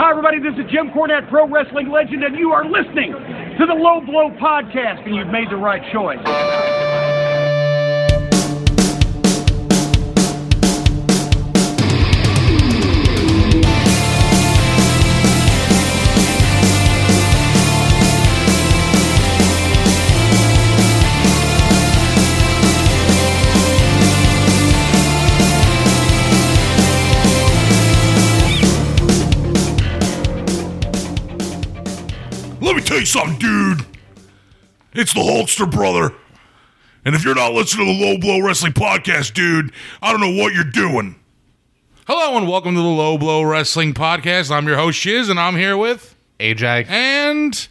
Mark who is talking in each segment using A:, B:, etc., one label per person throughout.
A: Hi, everybody. This is Jim Cornette, pro wrestling legend, and you are listening to the Low Blow Podcast, and you've made the right choice.
B: Let me tell you something, dude. It's the Hulkster brother. And if you're not listening to the Low Blow Wrestling Podcast, dude, I don't know what you're doing.
C: Hello and welcome to the Low Blow Wrestling Podcast. I'm your host Shiz, and I'm here with
D: AJ.
C: and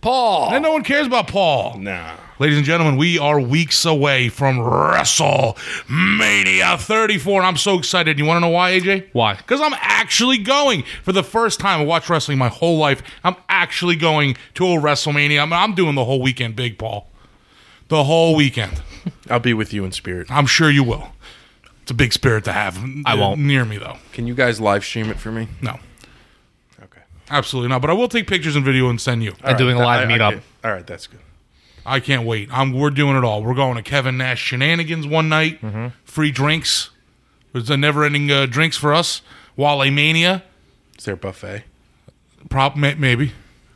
D: Paul.
C: and no one cares about Paul.
D: Nah.
C: Ladies and gentlemen, we are weeks away from WrestleMania 34, and I'm so excited. You want to know why, AJ?
D: Why?
C: Because I'm actually going for the first time. I watched wrestling my whole life. I'm actually going to a WrestleMania. I'm, I'm doing the whole weekend, Big Paul. The whole weekend.
E: I'll be with you in spirit.
C: I'm sure you will. It's a big spirit to have.
D: I won't.
C: near me though.
E: Can you guys live stream it for me?
C: No.
E: Okay.
C: Absolutely not. But I will take pictures and video and send you.
D: And doing a live
E: I- I
D: meetup.
E: can- all right, that's good.
C: I can't wait. I'm, we're doing it all. We're going to Kevin Nash shenanigans one night.
E: Mm-hmm.
C: Free drinks. There's a never-ending uh, drinks for us. Wale Mania.
E: Is there a buffet?
C: Prop may, maybe.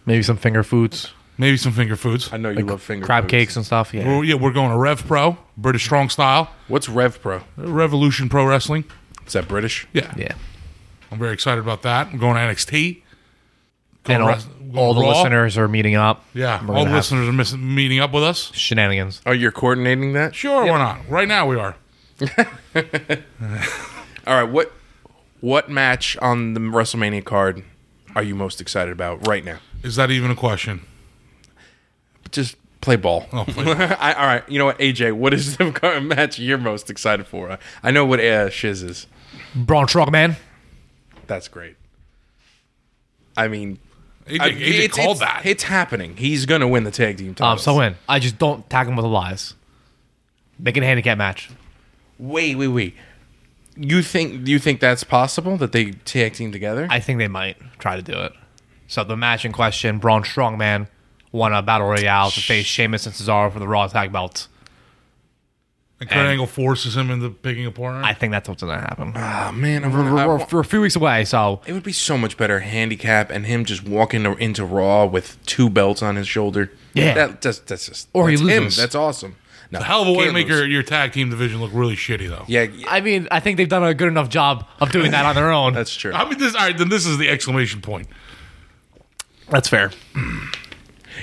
D: Maybe some finger foods,
C: Maybe some finger foods.
E: I know you love finger
D: crab
E: foods.
D: cakes and stuff. Yeah.
C: We're, yeah, we're going to Rev Pro, British Strong Style,
E: What's Rev Pro?
C: Revolution Pro Wrestling.
E: Is that British?
C: Yeah,
D: Yeah.
C: I'm very excited about that. I'm going to NXT. Going
D: And all,
C: rest- going
D: all the
C: Raw.
D: listeners are meeting up.
C: Yeah,
D: We're
C: all
D: gonna
C: the
D: have
C: listeners are miss- meeting up with us.
D: Shenanigans.
E: Oh, you're coordinating that?
C: Sure, we're not. Right now, we are.
E: All right. What what match on the WrestleMania card are you most excited about right now?
C: Is that even a question?
E: Just play ball.
C: Oh, play ball.
E: I, all right. You know what, AJ? What is the card match you're most excited for? I, I know what uh, Shiz is.
D: Braun Strowman.
E: That's great. I mean,
C: AJ,
E: I-
C: AJ called
E: Uh, it's,
C: that.
E: It's happening. He's gonna win the tag team
D: Um,
E: titles.
D: so in. I just don't tag him with the lies. Make it a handicap match.
E: Wait, wait, wait. You think you think that's possible that they tag team together?
D: I think they might try to do it. So the match in question, Braun Strongman won a battle royale to face Sheamus and Cesaro for the Raw tag belts.
C: and Kurt
D: and-
C: Angle forces him into picking a partner.
D: I think that's what's gonna happen.
E: oh man, I
D: We're,
E: wanna- I
D: we're-
E: wa-
D: we're a few weeks away, so
E: it would be so much better handicap and him just walking to- into Raw with two belts on his shoulder.
D: Yeah.
E: that, that's that's just
D: Or he
E: that's him.
D: loses.
E: That's awesome. No,
C: Hell of a way to
E: can't
C: make
E: lose.
C: your, your tag team division look really shitty, though.
E: yeah.
D: I mean, I think they've done a good enough job of doing that on their own.
E: that's true.
C: I mean, this. All right, then this is the exclamation point.
D: that's fair.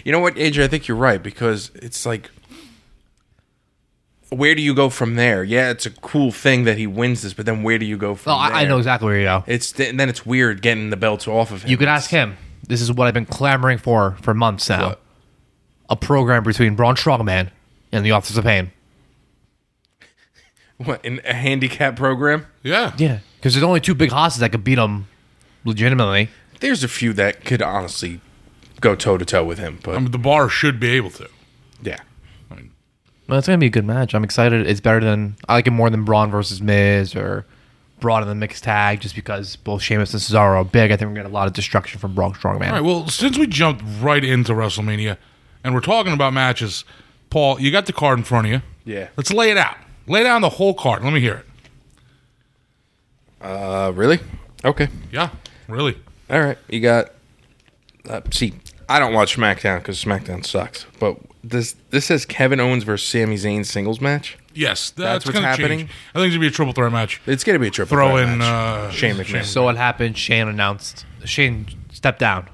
E: You know what, AJ? I think you're right because it's like, where do you go from there? Yeah, it's a cool thing that he wins this, but then where do you go from
D: No, Oh, I, I
E: there?
D: know exactly where you go.
E: It's and then it's weird getting the belts off of him.
D: You can ask him. This is what I've been clamoring for for months now.
E: What?
D: A program between Braun Strongman and the Authors of Pain.
E: what in a handicap program.
C: Yeah.
D: Yeah, because there's only two big hosses that could beat him legitimately.
E: There's a few that could honestly go toe to toe with him, but
C: I mean, the bar should be able to.
E: yeah,
D: Well, it's gonna be a good match. I'm excited. It's better than I like it more than Braun versus Miz or Braun in the mixed tag, just because both Sheamus and Cesaro are big. I think we're gonna get a lot of destruction from Braun Strongman.
C: All right. Well, since we jumped right into WrestleMania, and we're talking about matches, Paul, you got the card in front of you.
E: Yeah.
C: Let's lay it out. Lay down the whole card. Let me hear it.
E: uh, really, okay,
C: Yeah. Really.
E: all right. You got uh, see, I don't watch SmackDown because SmackDown sucks, but this this says Kevin Owens versus Sami Zayn singles match.
C: Yes.
E: That's what's
C: gonna
E: happening?
C: change. I think it's gonna be a triple threat match.
E: It's gonna be a triple
C: Throw
E: threat
C: in, uh,
E: match. Shane McMahon.
D: So what happened? Shane announced Shane stepped down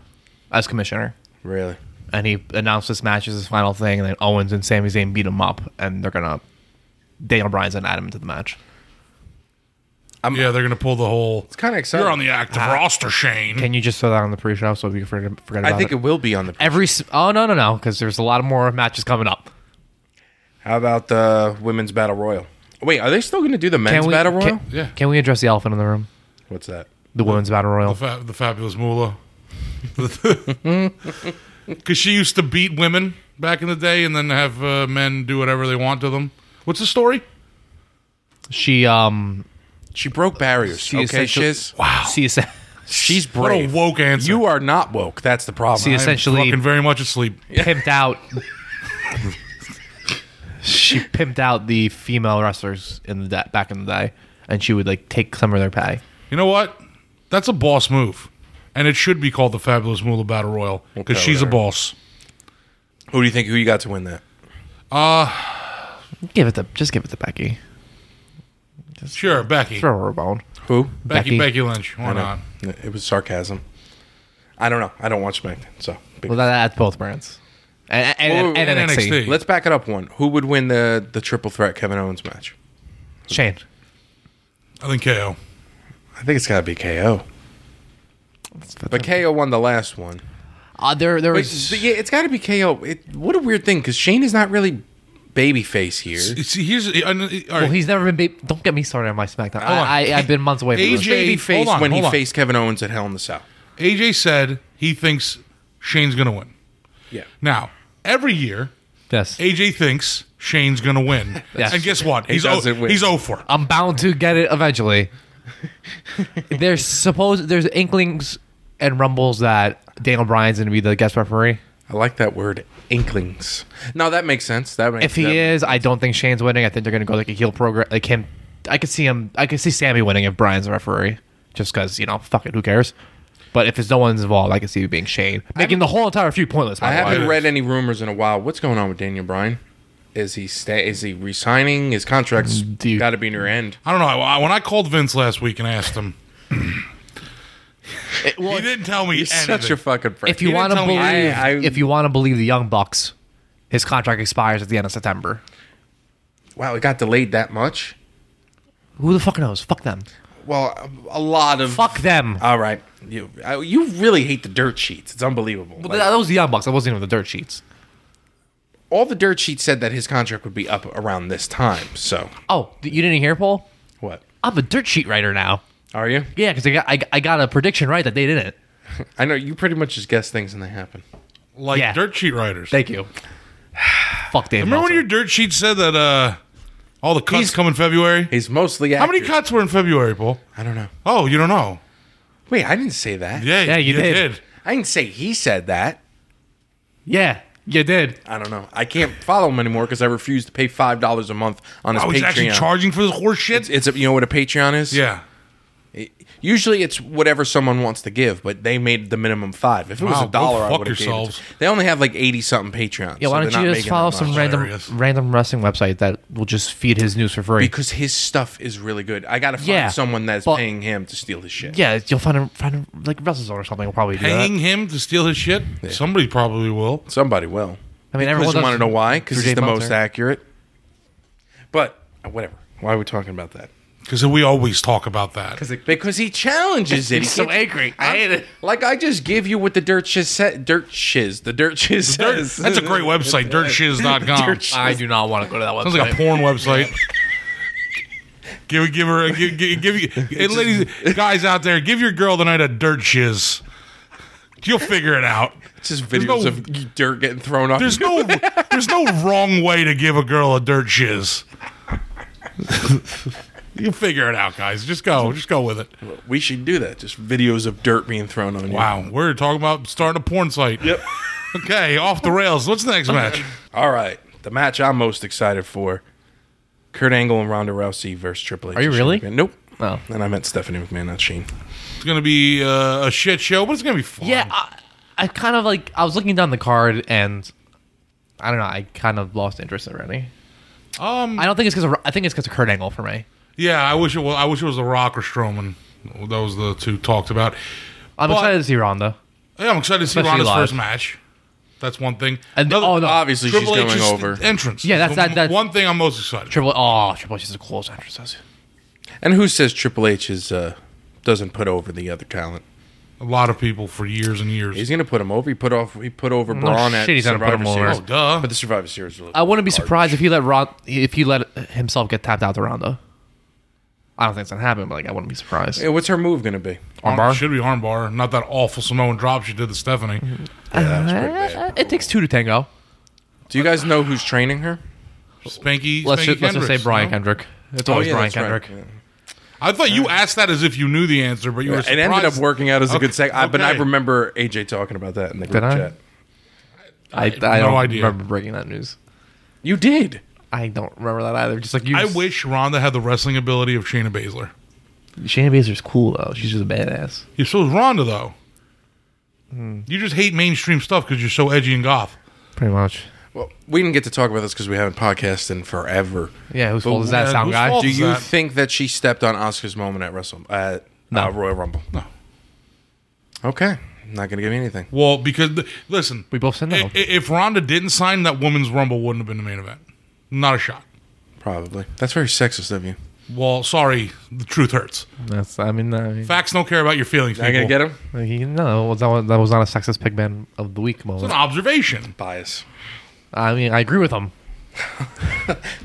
D: as commissioner,
E: really,
D: and he announced this match as his final thing. And then Owens and Sami Zayn beat him up, and they're gonna Daniel Bryan's gonna add him to the match.
C: Yeah, they're gonna pull the whole. It's
E: kinda exciting.
C: You're on the active roster, Shane.
D: Can you just throw that on the pre-show so we can forget, forget about
E: I think it will be on the.
D: Every s- oh no no no because there's a lot of more matches coming up.
E: How about the women's battle royal? Wait, are they still gonna do the men's
D: we
E: battle royal?
D: Can,
C: Yeah.
D: Can we address the elephant in the room?
E: What's that?
D: The women's battle royal.
C: Fa- the fabulous Moolah. Because she used to beat women back in the day and then have uh, men do whatever they want to them. What's the story?
D: She um
E: She broke barriers.
D: she
E: okay,
D: essentially-
E: shiz.
D: She essen-
E: She's
C: What a
E: brave.
C: woke answer.
E: You are not woke. That's the problem.
D: See,
E: I-
D: essentially
C: fucking very much asleep.
D: pimped out. she pimped out the female wrestlers in the da- back in the day, and she would like take some of their pay.
C: You know what? That's a boss move, and it should be called the Fabulous Moolah Battle Royal because
E: Okay,
C: she's
E: whatever.
C: a boss.
E: who do you think? Who you got to win that?
D: Give it to just give it to Becky.
C: Sure, Becky.
D: Throw her a bone.
E: Who?
C: Becky,
D: Becky.
C: Becky Lynch. Why
E: I know.
C: not?
E: It was sarcasm. I don't know. I don't watch SmackDown, so
D: Well, that, that's both brands. And, and,
E: Whoa,
D: and
C: and
D: NXT.
C: NXT.
E: let's back it up one. Who would win the the triple threat Kevin Owens match?
D: Shane.
C: I think KO.
E: I think it's got to be KO. But KO won the last one.
D: Uh, there, there
E: But,
D: was.
E: but yeah, it's got to be KO. It, what a weird thing because Shane is not really babyface here.
C: See, here's I kn- all right.
D: well, he's never been. Ba- don't get me started on my SmackDown.
C: on.
D: I, I, I've been months away. From
E: He was
D: this.
C: AJ
E: babyface
C: hold on,
E: when he
C: hold on.
E: faced Kevin Owens at Hell in the Cell.
C: AJ said he thinks Shane's gonna win.
E: Yeah.
C: Now, every year,
D: Yes,
C: AJ thinks Shane's gonna win.
D: Yes.
C: And guess what? He's
E: doesn't
C: o-
E: win.
C: he's 0 for.
D: I'm bound to get it eventually. there's supposed there's inklings and rumbles that Daniel Bryan's going to be the guest referee.
E: I like that word, inklings. No, that makes sense. That makes
D: If he
E: that-
D: is, I don't think Shane's winning. I think they're going to go like a heel program. Like him, I could see him. I could see Sammy winning if Bryan's the referee, just because you know, fuck it, who cares? But if there's no one's involved, I could see it being Shane making the whole entire feud pointless.
E: I
D: by the way.
E: haven't read any rumors in a while. What's going on with Daniel Bryan? Is he stay? Is he resigning? His contract's
D: you-
E: got to be near end.
C: I don't know. I, when I called Vince last week and asked him, he didn't tell me
E: He's
C: anything.
E: such a fucking. prick.
D: If you
C: didn't
D: want to
C: tell me
D: believe,
E: I- I-
D: if you want to believe the Young Bucks, his contract expires at the end of September.
E: wow, it got delayed that much.
D: Who the fuck knows? Fuck them.
E: Well, a lot of
D: Fuck them.
E: All right, you I, you really hate the dirt sheets. It's unbelievable.
D: Well,
E: Like,
D: that, that was the Young Bucks. That wasn't even the dirt sheets.
E: all the dirt sheets said that his contract would be up around this time. So
D: Oh, th- you didn't hear, Paul?
E: what
D: I'm a dirt sheet writer now.
E: are you?
D: Yeah, because I got I, I got a prediction right that they didn't.
E: I know you pretty much just guess things and they happen.
C: like
D: Yeah.
C: dirt sheet writers.
D: Thank you. Fuck Dave.
C: Remember when your
D: Meltzer.
C: dirt sheet said that uh, all the cuts come in February?
E: He's mostly
C: How many
E: accurate.
C: cuts were in February, Paul?
E: I don't know.
C: Oh, you don't know?
E: Wait, I didn't say that.
C: Yeah,
D: Yeah, you did.
E: I didn't say he said that.
D: Yeah, you did.
E: I don't know. I can't follow him anymore because I refuse to pay five dollars a month on his
C: I was
E: Patreon.
C: Oh, actually charging for this horse shit.
E: it's a, you know what a Patreon is.
C: Yeah.
E: Usually it's whatever someone wants to give, but they made the minimum five. If it was
C: Wow,
E: a dollar,
C: go
E: I
C: fuck
E: would have gave it.
C: yourselves.
E: to- They only have like eighty something Patreons.
D: Yeah,
E: so
D: why
E: they're
D: don't you
E: not
D: just
E: making
D: follow
E: that
D: some
E: much.
D: random
C: Hilarious.
D: random wrestling website that will just feed his news for free?
E: because his stuff is really good. I gotta find
D: Yeah,
E: someone that's
D: but-
E: paying him to steal his shit.
D: yeah, you'll find him find him like WrestleZone or something. Will probably do that.
C: Paying him to steal his shit? Somebody probably will.
E: somebody will.
D: I mean, everyone
E: Because
D: does-
E: want to know why? Because
D: through
E: it's
D: Dave
E: the most
D: Meltzer.
E: accurate. But uh, whatever. Why are we talking about that?
C: Because we always talk about that.
E: Because he challenges it.
D: He's
E: He
D: so
E: gets-
D: angry. I
E: I'm-
D: hate it.
E: Like I just give you what the dirt shiz said. Dirt shiz. The dirt shiz.
C: Dirt-
E: says.
C: that's a great website, dirtshiz.com.
E: Dirt shiz.
D: I do not want to go to that
C: Sounds
D: website.
C: like a porn website. give give her a, give give, give hey, ladies guys out there, give your girl tonight a dirt shiz. You'll figure it out.
E: Just
C: There's
E: videos
C: no-
E: of dirt getting thrown off.
C: There's no there's no wrong way to give a girl a dirt shiz. You'll figure it out, guys. Just go, just go with it.
E: We should do that. Just videos of dirt being thrown on you.
C: Wow, we're talking about starting a porn site. Yep. Okay, off the rails. What's the next match?
E: All right. The match I'm most excited for Kurt Angle and Ronda Rousey versus Triple H.
D: Are you
E: and Shane
D: really?
E: McMahon. Nope.
D: Oh.
E: And I meant Stephanie McMahon, not Shane.
C: It's gonna be uh, a shit show, but it's gonna be fun.
D: Yeah, I, I kind of like I was looking down the card and I don't know. I kind of lost interest already.
C: Um.
D: I don't think it's because I think it's because of Kurt Angle for me.
C: Yeah. I wish it was. I wish it was The Rock or Strowman. Those are the two talked about.
D: I'm
C: But-
D: excited to see Ronda.
C: Yeah, I'm excited to see
D: Especially
C: Ronda's
D: live.
C: first match. That's one thing.
D: And- oh, no.
E: Obviously,
C: Triple
E: she's
C: H's
E: going over.
C: entrance.
D: Yeah, that's-
C: The
D: that- that's-
C: one thing I'm most excited.
D: Triple oh Triple H is the coolest actress.
E: And who says Triple H is uh, doesn't put over the other talent?
C: A lot of people for years and years.
E: He's gonna put him over. He put off. He put over Braun at
D: shit, he's gonna put
E: Survivor
D: him over.
E: Series.
C: Oh, duh.
E: But the Survivor Series. was-
D: I wouldn't be surprised if he let Ron if he let himself get tapped out to Ronda. I don't think it's gonna happen, but like I wouldn't be surprised.
E: Hey, what's her move gonna be?
D: Armbar?
C: Should be armbar. Not that awful Samoan drop she did to Stephanie.
D: Uh, it takes two to tango.
E: Do you guys know who's training her?
C: Spanky.
D: Let's
C: Spanky
D: just, let's just say
C: Kendricks,
D: Brian
C: no?
D: Kendrick. It's always Brian
E: Oh, that's right.
D: Kendrick.
E: Yeah.
C: I thought you asked that as if you knew the answer, but you were
E: It
C: surprised.
E: ended up working out as a good
C: Okay,
E: seg. I But I
C: okay.
E: remember AJ talking about that in the
D: Did
E: group
D: I?
E: chat.
D: I, I
C: no
D: don't
C: idea.
D: remember breaking that news.
E: You did.
D: I don't remember that either. Just like you.
C: I
D: just-
C: wish Ronda had the wrestling ability of Shayna Baszler.
D: Shayna Baszler's cool though. She's just a badass.
C: You're so is Ronda though. You just hate mainstream stuff because you're so edgy and goth.
D: Pretty much.
E: Well, we didn't get to talk about this because we haven't podcasted in forever.
D: Yeah. Whose fault is that,
C: yeah,
D: sound
C: whose
D: guy?
C: fault
E: Do
C: is
E: you
C: that?
E: think that she stepped on Oscar's moment at Wrestle at uh, Royal Rumble?
C: No.
E: Okay, I'm not gonna give you anything.
C: Well, because th- listen,
D: We both said no.
C: i- i- if Ronda didn't sign, that women's rumble wouldn't have been the main event. Not a shot.
E: Probably. That's very sexist of you.
C: Well, sorry, the truth hurts.
D: That's. I mean, I,
C: Facts don't care about your feelings.
E: Not gonna
C: people.
E: get him.
D: he, no, that was, that was not a sexist pig man of the week
C: It's
D: moment.
C: an observation.
E: Bias.
D: I mean, I agree with him.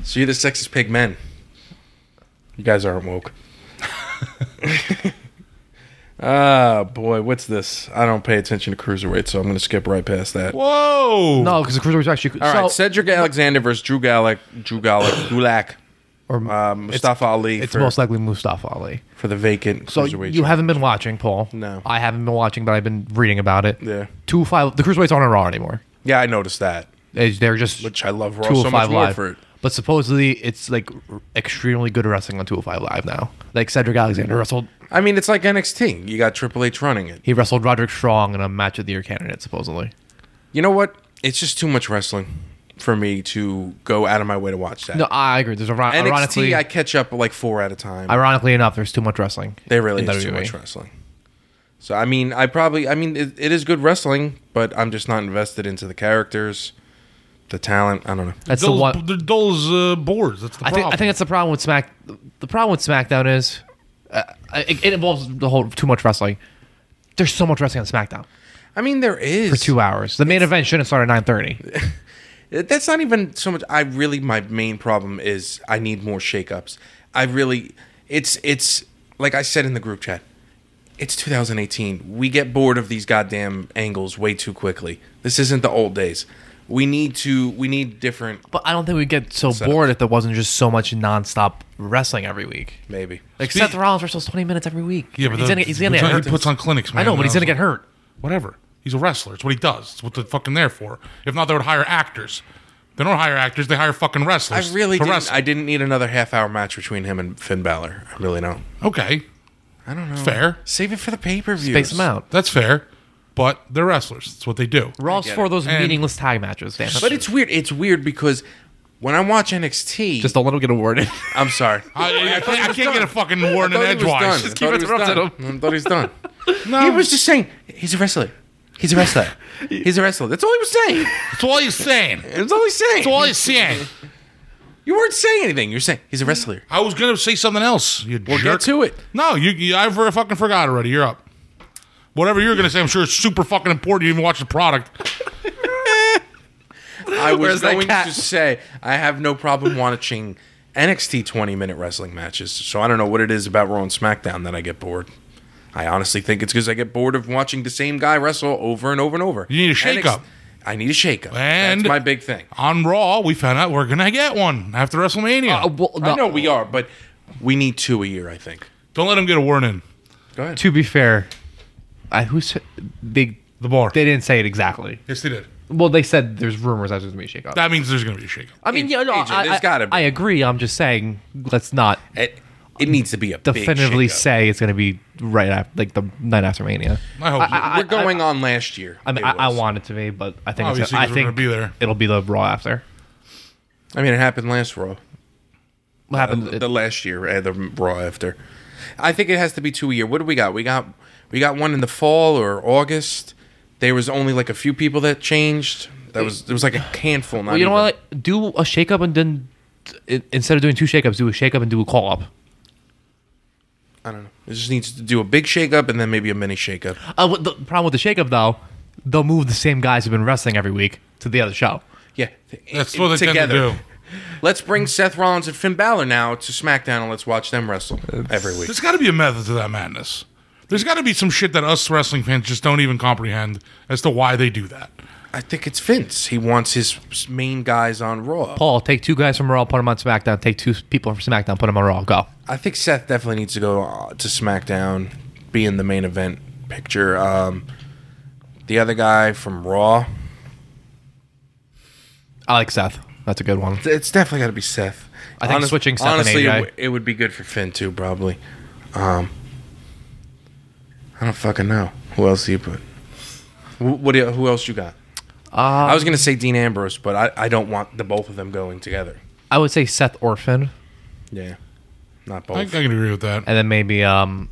E: So you're the sexist pig men. You guys aren't woke. Ah, boy, what's this? I don't pay attention to cruiserweight, so I'm going to skip right past that.
C: Whoa.
D: No, because the cruiserweight's actually
E: All
D: so,
E: right, Cedric Alexander versus Drew Gallic, Drew Gallic, Gulak,
D: or
E: uh, Mustafa Ali
D: it's
E: for,
D: most likely Mustafa Ali.
E: for the vacant
D: So
E: cruiserweight.
D: you haven't been watching, Paul.
E: No.
D: I haven't been watching, but I've been reading about it.
E: Yeah.
D: Two five. The cruiserweights aren't on Raw anymore.
E: yeah, I noticed that.
D: They- They're just
E: Which I love Raw
D: 205
E: so much more
D: live.
E: for it.
D: But supposedly it's like r- extremely good wrestling on 205 Live now. Like Cedric Alexander wrestled,
E: I mean, it's like NXT. You got Triple H running it.
D: he wrestled Roderick Strong in a match of the year candidate supposedly.
E: You know what? It's just too much wrestling for me to go out of my way to watch that.
D: No, I agree. There's a
E: NXT,
D: ironically,
E: I catch up like four at a time.
D: ironically enough, there's too much wrestling.
E: They really
D: in E.
E: is too
D: WWE.
E: much wrestling. So I mean, I probably I mean it, it is good wrestling, but I'm just not invested into the characters, the talent. I don't know.
D: That's the
C: Those,
D: one.
C: those uh, boards. That's the
D: I
C: problem.
D: think I think that's the problem with Smack. The problem with SmackDown is uh, it, it involves the whole too much wrestling. There's so much wrestling on SmackDown
E: I mean, there is
D: for two hours. The main event shouldn't start at nine thirty.
E: That's not even so much. I really my main problem is I need more shakeups. I really it's it's like I said in the group chat. It's 2018. We get bored of these goddamn angles way too quickly. This isn't the old days. We need to we need different
D: But I don't think we'd get so bored if there wasn't just so much nonstop wrestling every week.
E: maybe.
D: Like
C: Speak-
D: Seth Rollins wrestles twenty minutes every week.
C: Yeah, but
D: he's
C: the-
D: gonna, he's gonna get
C: he
D: hurt.
C: puts on clinics, man.
D: I know, but he's gonna
C: That's-
D: get hurt.
C: Whatever. He's a wrestler. It's what he does. It's what they're fucking there for. If not, they would hire actors. They don't hire actors. They hire fucking
E: I
C: wrestlers.
E: really
C: to
E: didn't,
C: wrestle.
E: I didn't need another half hour match between him and Finn Balor. I really don't.
C: okay,
E: I don't know.
C: fair.
E: Save it for the pay per view.
D: Space him out.
C: That's fair. But they're wrestlers. That's what they do.
D: Raw's for those
C: And-
D: meaningless tag matches. Damn,
E: But it's weird. It's weird because when I watch NXT,
D: just don't let him get awarded.
E: I'm sorry.
C: I, I, can't, I can't get a fucking word in
E: thought he was done.
C: edgewise.
E: I thought he was
D: interrupting
E: done. I thought he's done. He was just saying he's a wrestler. He's a wrestler. He's a wrestler. That's all he was saying.
C: That's all he's saying. That's
E: That's all he's saying.
C: all he's saying.
E: you weren't saying anything. You're saying he's a wrestler.
C: I was gonna say something else. You
E: Well,
C: jerk.
E: get to it.
C: No, you, you. I ver- fucking forgot already. You're up. Whatever you're gonna say, I'm sure it's super fucking important. You even watch the product.
E: I was
D: Where's that
E: going
D: cat?
E: to say I have no problem watching NXT 20 minute wrestling matches. So I don't know what it is about Raw and SmackDown that I get bored. I honestly think it's because I get bored of watching the same guy wrestle over and over and over.
C: You need a shakeup.
E: I need a shakeup.
C: And-
E: That's my big thing.
C: On Raw, we found out we're gonna get one after WrestleMania.
D: Uh, well, no.
E: I know we are, but we need two a year. I think.
C: Don't let him get a word in.
E: Go ahead.
D: To be fair, I who's they
C: The bar.
D: they didn't say it exactly.
C: yes, they did.
D: Well, they said there's rumors that there's gonna be a shakeup.
C: That means there's gonna be a shakeup.
D: I mean, yeah, no,
E: AJ,
D: I,
E: there's
D: I-
E: gotta be.
D: I agree. I'm just saying, let's not
E: It, it needs to be a
D: definitively
E: Big shakeup.
D: say it's going to be right after, like the night after Mania.
C: I hope. so.
E: We're going on last year.
D: I mean,
E: It
D: I, I
E: was.
D: want it to be, but I think it's,
C: Obviously,
D: I
C: 'cause we're
D: think
C: gonna be there.
D: It'll be the Raw after.
E: I mean, it happened last Raw.
D: What happened?
E: Uh, the last year and the Raw after. I think it has to be two a year. What do we got? We got we got one in the fall or August. There was only like a few people that changed. That was there was like a handful. Not
D: well, you know
E: even-
D: what? Do a shakeup and then i- instead of doing two shakeups, do a shakeup and do a call up.
E: I don't know. It just needs to do a big shakeup and then maybe a mini shakeup.
D: Uh, what the problem with the shakeup though, they'll move the same guys who've been wrestling every week to the other show.
E: Yeah,
C: That's what they tend to do.
E: Let's bring Seth Rollins and Finn Balor now to SmackDown and let's watch them wrestle every week.
C: There's got to be a method to that madness. There's got to be some shit that us wrestling fans just don't even comprehend as to why they do that.
E: I think it's Vince. He wants his main guys on Raw.
D: Paul, take two guys from Raw, put them on SmackDown. Take two people from SmackDown, put them on Raw. Go.
E: I think Seth definitely needs to go uh, to SmackDown, be in the main event picture. Um, the other guy from Raw,
D: I like Seth. That's a good one.
E: it's definitely got to be Seth.
D: I think switching Seth and
E: honestly, it,
D: AJ.
E: w- it would be good for Finn too, probably. Um, I don't fucking know who else do you put. Wh- What? Do you, who else you got?
D: Um,
E: I was gonna say Dean Ambrose, but I, I don't want the both of them going together.
D: I would say Seth Orphan,
E: Yeah, not
C: I, I
E: both.
C: can agree with that.
D: and then maybe um,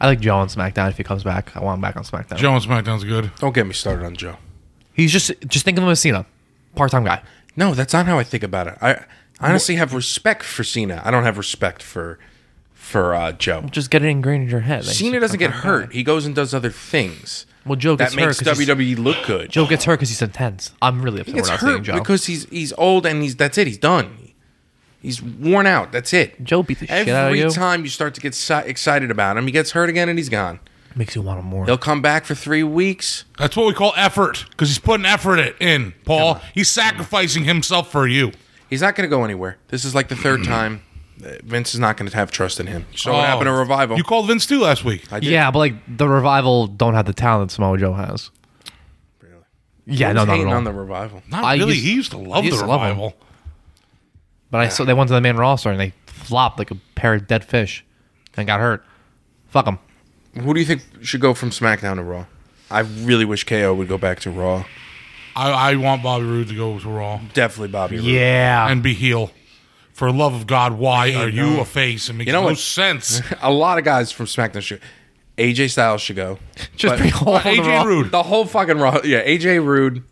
D: I like Joe on SmackDown if he comes back. I want him back on SmackDown.
C: Joe on SmackDown's good.
E: don't get me started on Joe.
D: He's just just think of him as Cena, part time guy.
E: No, that's not how I think about it. I honestly have respect for Cena. I don't have respect for for uh, Joe.
D: Just get it ingrained in your head. Like, he's
E: Cena
D: a
E: doesn't get
D: part-time guy.
E: hurt. He goes and does other things.
D: Well, Joe
E: that
D: gets hurt
E: makes
D: 'cause he's-
E: WWE look good.
D: Joe gets hurt because he's intense. I'm really upset
E: he
D: we're
E: gets
D: not seeing
E: hurt
D: Joe.
E: because he's he's old and he's that's it. He's done. He's worn out. That's it.
D: Joe beat the shit
E: Every
D: out of you.
E: time you start to get si- excited about him, he gets hurt again and he's gone.
D: Makes you want him more.
E: He'll come back for three weeks.
C: That's what we call effort because he's putting effort it in, Paul. He's sacrificing himself for you.
E: He's not going to go anywhere. This is like the third time. Uh, Vince is not going to have trust in him. So what
C: Oh.
E: happened to Revival?
C: You called Vince too last week.
E: I did.
D: Yeah, but like the revival don't have the talent Samoa Joe has.
E: Really.
D: Yeah,
E: Who's
D: no, not at
E: hating
D: all.
E: on the Revival.
C: Not
D: I
C: really.
D: used-
C: he used to love
D: I used
C: the
D: to love him.
C: revival.
D: But I saw they went to the main Raw store and they flopped like a pair of dead fish and got hurt. Fuck them.
E: Who do you think should go from SmackDown to Raw? I really wish KO would go back to Raw.
C: I, I want Bobby Roode to go to Raw
E: Definitely Bobby. Roode.
D: Yeah.
C: and be heel. For love of God, why are you a face? It makes
E: You know
C: no
E: what?
C: sense.
E: a lot of guys from SmackDown should. AJ Styles should go.
D: Just
E: But-
D: bring all of the Raw.
C: AJ Rude.
E: The whole fucking Raw. Yeah, AJ Rude.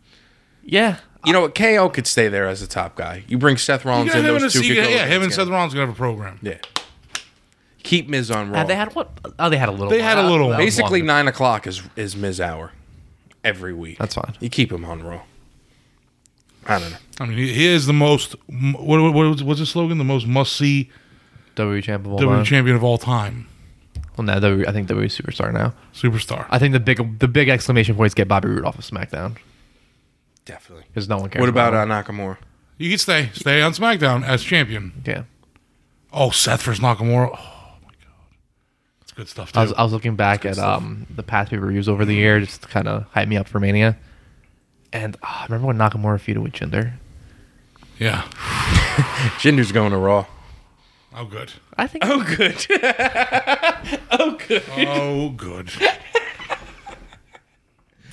D: Yeah. Uh,
E: You know what? KO could stay there as a top guy. You bring Seth Rollins
C: Yeah,
E: in.
C: him
E: Those
C: and,
E: two
C: Seth-
E: could go
C: yeah, him and
E: against
C: Seth
E: him.
C: Rollins gonna have a program.
E: Yeah. Keep Miz on Raw.
D: Uh, they had what? Oh, they had a little.
C: They had a
D: Uh,
C: little
D: that
C: one.
D: was
E: Basically,
D: longer.
E: nine o'clock is is Miz hour every week.
D: That's fine.
E: You keep him on Raw. I don't know.
C: I mean, he, he is the most. m- What, what, what was- what's his slogan? The most must see
D: WWE champion. E of all
C: WWE
E: E
D: time.
C: E champion of all time,
D: Well, no, WWE, I think WWE superstar now.
C: superstar.
D: I think the big the big exclamation points get Bobby Roode off of SmackDown
E: Definitely.
D: because no one cares.
E: What about
D: him.
E: uh, Nakamura?
C: you can stay, stay on SmackDown as champion.
D: yeah?
C: Oh, Seth versus Nakamura. Oh my God, that's good stuff. Too.
D: I was, I was looking back at um, the past pay per views over the year just to kind of hype me up for Mania. And ah, remember when Nakamura feuded with Jinder?
C: yeah,
E: Jinder's going to Raw.
C: oh good,
D: I think
C: oh good.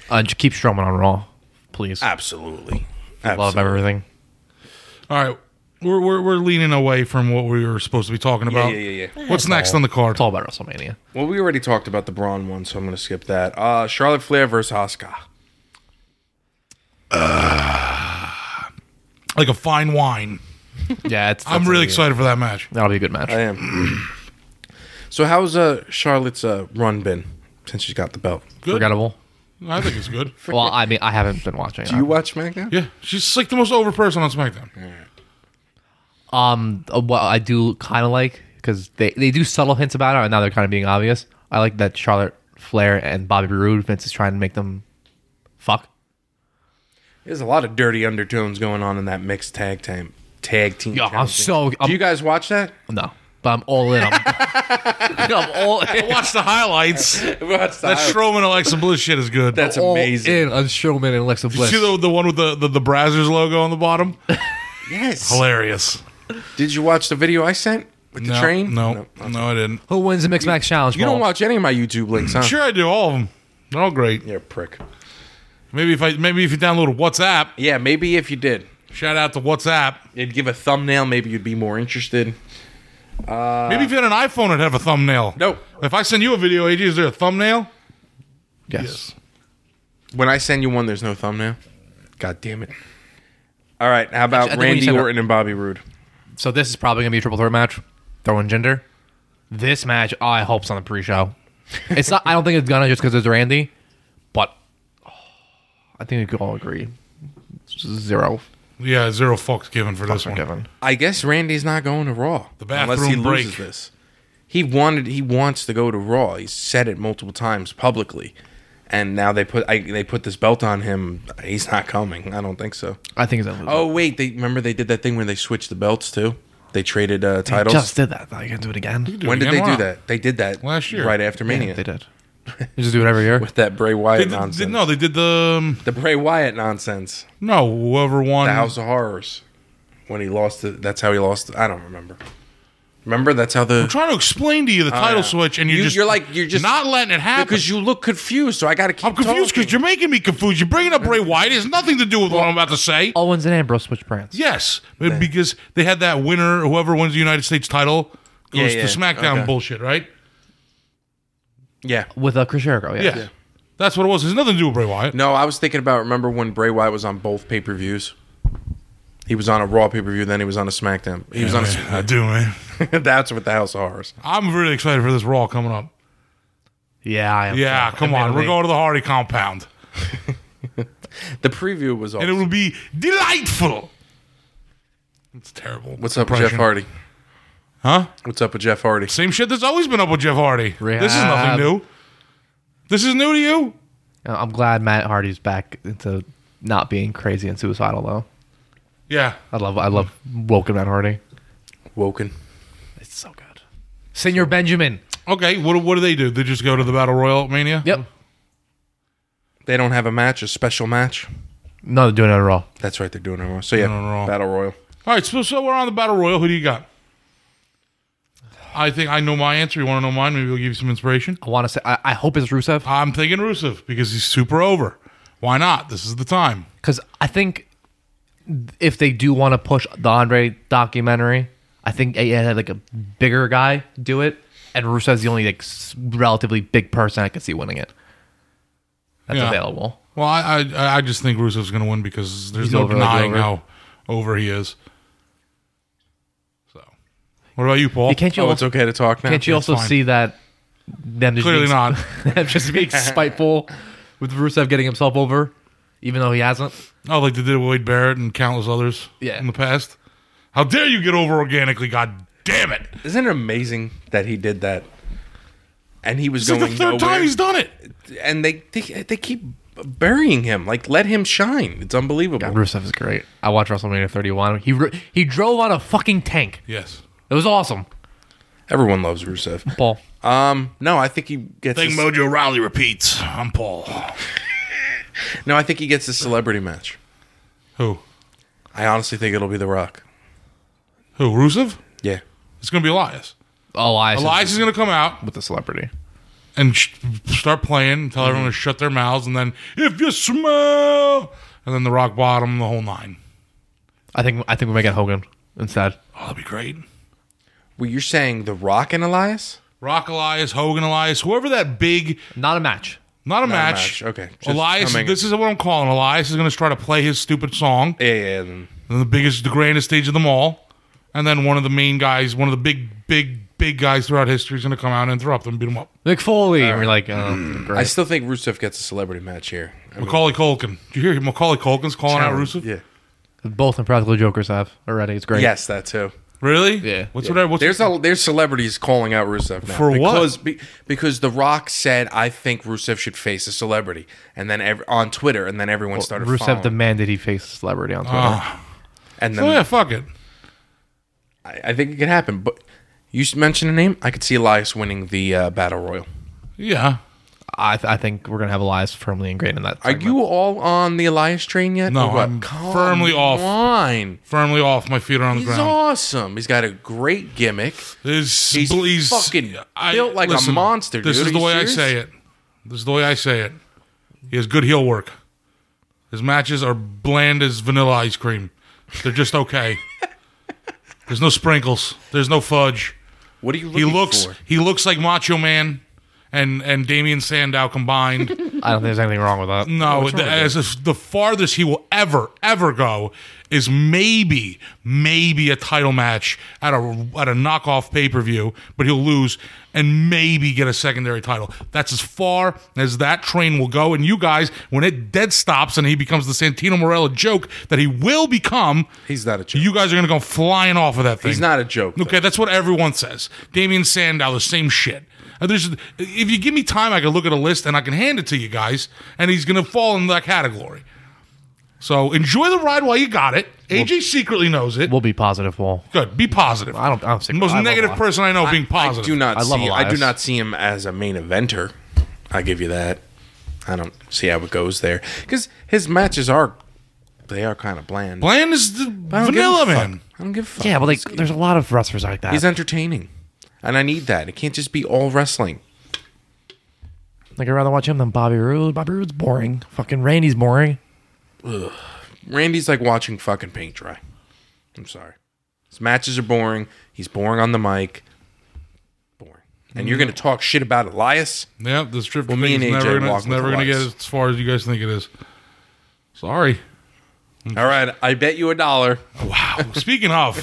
D: uh, just keep Strowman on Raw, please.
E: Ah, Absolutely.
D: Love everything.
C: All right, we're, we're we're leaning away from what we were supposed to be talking about.
E: yeah, yeah, yeah.
C: What's next on the card?
D: It's all about WrestleMania.
E: Well, we already talked about the Braun one, so I'm going to skip that. Uh, Charlotte Flair versus Asuka.
C: Like a fine wine.
D: Yeah, it's.
C: I'm
D: that's
C: really
D: gonna be-
C: excited for that match.
D: That'll be a good match.
E: I am. so, how's uh, Charlotte's uh, run been since she's got the belt?
C: Good.
D: Forgettable.
C: I think it's good.
D: Well, I mean, I haven't been watching.
E: Do you watch SmackDown?
C: Yeah, she's like the most over person on SmackDown.
D: Um, uh, what I do kind of like because they they do subtle hints about it, and now they're kind of being obvious. I like that Charlotte Flair and Bobby Roode. Vince is trying to make them fuck.
E: There's a lot of dirty undertones going on in that mixed tag team. Tag team.
D: Yeah, I'm
E: challenge.
D: so- I'm-
E: Do you guys watch that?
D: No, but I'm all in. I'm, I'm all in.
C: Watch the highlights. That Strowman Alexa Bliss shit is good. Oh,
E: That's
D: all
E: amazing.
D: in on Strowman and Alexa Bliss.
C: See the, the one with the, the, the Brazzers logo on the bottom?
E: Yes.
C: Hilarious.
E: Did you watch the video I sent with the
C: no,
E: train?
C: No, no, I didn't.
D: Who wins the Mixed Match Challenge?
E: You
D: Paul?
E: don't watch any of my YouTube links, huh?
C: Sure, I do all of them. They're all great.
E: You're a prick.
C: Maybe if I maybe if you download WhatsApp,
E: Yeah, maybe if you did,
C: shout out to WhatsApp.
E: it'd give a thumbnail. Maybe you'd be more interested. Uh,
C: maybe if you had an iPhone, it'd have a thumbnail.
E: No.
C: If I send you a video, AJ, is there a thumbnail?
D: Yes.
E: When I send you one, there's no thumbnail. God damn it. All right, how
D: I
E: about
D: think when you
E: Randy
D: send a-
E: Orton and Bobby Roode?
D: So this is probably gonna be a triple threat match. Throw in gender. This match, I hope's on the pre-show. It's not. I don't think it's gonna just because it's Randy, but oh, I think we could all agree. It's just zero
C: Yeah, zero fucks given for this
D: for
C: one.
D: Kevin.
E: I guess Randy's not going to Raw.
C: The
E: unless he
C: bathroom break.
E: loses this. He wanted he wants to go to Raw. He's said it multiple times publicly. and now they put I, they put this belt on him. He's not coming. I don't think so.
D: I think it's
E: Oh wait, they remember they did that thing where they switched the belts too. They traded uh,
D: I
E: titles.
D: Oh, just did that. Thought you can do it again.
C: Do it
E: when did
C: again,
E: they
C: why
E: do
C: not?
E: that? They did that
C: Last year.
E: right after Mania.
D: Yeah, they did. You just do it every year.
E: with that Bray
C: They
E: Wyatt
C: did,
E: nonsense.
C: they- no, they did the um,
E: the Bray Wyatt nonsense.
C: no whoever won.
E: The House of Horrors. When he lost, it, that's how he lost. I don't remember. Remember, that's how the
C: I'm trying to explain to you the title
E: Oh, yeah.
C: switch, and you're
E: You-
C: just
E: you're like- you're just-
C: not letting it happen
E: because you look confused. So I got to keep.
C: I'm confused
E: talking.
C: because you're making me confused. You're bringing up Bray Wyatt. It has nothing to do with what I'm about to
E: Oh.
C: say.
D: Owens and Ambrose switch brands.
C: Yes, but because they had that winner, whoever wins the United States title
E: Yeah,
C: goes to
E: yeah,
C: SmackDown
E: okay.
C: bullshit, right?
E: yeah.
D: With uh, Chris Jericho. Yeah.
C: Yeah. That's what it was. It has nothing to do with Bray Wyatt.
E: No, I was thinking about. Remember when Bray Wyatt was on both pay per views? He was on a Raw pay per view, then he was on a SmackDown. He was on.
C: Man, I do, man.
E: A, that's what the House of Horrors.
C: I'm really excited for this Raw coming up.
D: Yeah, I am.
C: Yeah, come on. We're going to the Hardy compound.
E: The preview was
C: And it
E: awesome.
C: will be delightful. It's terrible.
E: What's up, with
C: Impression.
E: Jeff Hardy?
C: Huh?
E: What's up with Jeff Hardy?
C: Same shit that's always been up with Jeff Hardy. This is nothing
D: Rehab.
C: new. This is new to you?
D: uh, I'm glad Matt Hardy's back into not being crazy and suicidal though.
C: Yeah.
D: I love I love woken Matt Hardy.
E: Woken.
D: It's so good. Senor Benjamin.
C: Okay, what, what do they do? They just go to the Battle Royal at Mania?
D: Yep.
E: They don't have a match, a special match.
D: No, they're doing it at all.
E: That's right, they're doing it. Raw. So yeah,
C: Doing it Raw.
E: Battle Royal.
C: All right, so, so we're on the battle royal. Who do you got? I think I know my answer. You want to know mine? Maybe we'll give you some inspiration.
D: I want to say I, I hope it's Rusev
C: I'm thinking Rusev because he's super over. Why not? This is the time.
D: because I think if they do want to push the Andre documentary, I think they had like a bigger guy do it, and Rusev's the only like s- relatively big person I could see winning it. That's
C: Yeah.
D: available.
C: Well, I I, I just think Rusev's going to win because there's
D: He's
C: no
D: over like
C: denying
D: over.
C: how over he is. So, what about you, Paul?
D: Hey, can't you
E: Oh,
D: al-
E: it's okay to talk now.
D: Can't you also
C: fine.
D: see that them just
C: Clearly
D: being,
C: not.
D: them just being spiteful with Rusev getting himself over, even though he hasn't?
C: Oh, like they did with Wade Barrett and countless others
D: Yeah.
C: in the past. How dare you get over organically? God damn it!
E: Isn't it amazing that he did that? And he was
C: It's like
E: going
C: the third
E: nowhere.
C: time he's done it.
E: and they, they they keep burying him. Like let him shine. It's unbelievable.
D: Rusev is great. I watched WrestleMania 31. He ro- he drove on a fucking tank.
C: Yes.
D: It was awesome.
E: Everyone loves Rusev.
D: Paul,
E: Um, no, I think he gets.
B: Thing
E: his-
B: Mojo Rowley repeats. I'm Paul.
E: no, I think he gets a celebrity match.
C: Who?
E: I honestly think it'll be The Rock.
C: Who? Rusev?
E: Yeah,
C: It's going to be Elias.
D: Elias, is
C: Elias is going to come out
D: with the celebrity.
C: and sh- start playing, tell everyone to shut their mouths, and then if you smell, and then the rock bottom, the whole nine.
D: I think I think we might get Hogan instead.
C: Oh, that'd be great.
E: well, you're saying The Rock and Elias?
C: Rock Elias, Hogan Elias, whoever that big,
D: Not a match.
C: not a, match.
E: match, okay. Just
C: Elias,
E: coming-
C: this is what I'm calling. Elias is going to try to play his stupid song,
E: Yeah, yeah. then-
C: on the biggest, the grandest stage of them all, and then one of the main guys, one of the big, big, big guys throughout history is going to come out and interrupt them, beat them up.
D: Mick Foley. And we're like, oh,
E: I
D: great.
E: still think Rusev gets a celebrity match here. I mean,
C: Macaulay Culkin. Did you hear Macaulay Culkin's calling out Rusev?
E: Yeah.
D: Both Impractical Jokers have already. It's great.
E: Yes, that too.
C: Really?
D: Yeah.
C: What's what? I- What's
E: There's a, there's celebrities calling out Rusev now
C: For what?
E: because be, because The Rock said I think Rusev should face a celebrity, and then ev- on Twitter, and then everyone started
D: Rusev
E: following.
D: demanded he face celebrity on Twitter.
E: and then
C: Oh yeah, fuck it.
E: I, I think it could happen. But you s- mentioned a name, I could see Elias winning the uh, battle royal.
C: Yeah.
D: I, th- I think we're gonna have Elias firmly ingrained in that.
E: Are
D: segment.
E: you all on the Elias train yet?
C: No,
E: or what?
C: I'm firmly off.
E: on.
C: Firmly off. My feet are on the
E: He's
C: ground.
E: awesome. He's got a great gimmick.
C: He's,
E: He's
C: he's-
E: fucking built like a monster,
C: This
E: dude.
C: is
E: Are
C: the
E: you
C: way
E: serious?
C: I say it. This is the way I say it. He has good heel work. His matches are bland as vanilla ice cream. They're just okay. There's no sprinkles. There's no fudge.
E: What are you looking
C: He looks
E: for?
C: he looks like Macho Man and and Damian Sandow combined.
D: I don't think there's anything wrong with that.
C: No, the, as if the farthest he will ever ever go is maybe maybe a title match at a at a knockoff pay per view, but he'll lose and maybe get a secondary title. That's as far as that train will go. And you guys, when it dead stops and he becomes the Santino Morella joke that he will become,
E: He's not a joke.
C: you guys are gonna go flying off of that thing.
E: He's not a joke. though.
C: Okay, that's what everyone says. Damian Sandow, the same shit. Uh, There's, if you give me time, I can look at a list and I can hand it to you guys, and he's going to fall in that category. So enjoy the ride while you got it. AJ secretly knows it.
D: We'll be positive, Wall.
C: Good. Be positive.
D: I don't- I don't
C: The
D: see-
C: most
D: I love
C: negative
D: Elias.
C: person I know being positive.
E: I do not
D: I love
E: see. I do
D: Elias.
E: not see him as a main eventer. I give you that. I don't see how it goes there because his matches are they are kind of bland.
C: Bland is the
E: I don't give a
C: vanilla
E: fuck.
C: man.
E: I don't give a fuck.
D: Yeah, but like, there's a lot of wrestlers like that.
E: he's entertaining, and I need that. It can't just be all wrestling.
D: like, I'd rather watch him than Bobby Roode. Bobby Roode's boring. Fucking Randy's boring.
E: Randy's like watching fucking paint dry. I'm sorry. His matches are boring. He's boring on the mic. Boring. And you're gonna talk shit about Elias?
C: Yeah, this trip well,
E: me
C: thing's
E: and AJ
C: never gonna,
E: walk
C: it's
E: with
C: never gonna get
E: Elias.
C: as far as you guys think it is. Sorry.
D: Mm-hmm.
E: All right, I bet you a dollar.
C: Wow. Speaking of,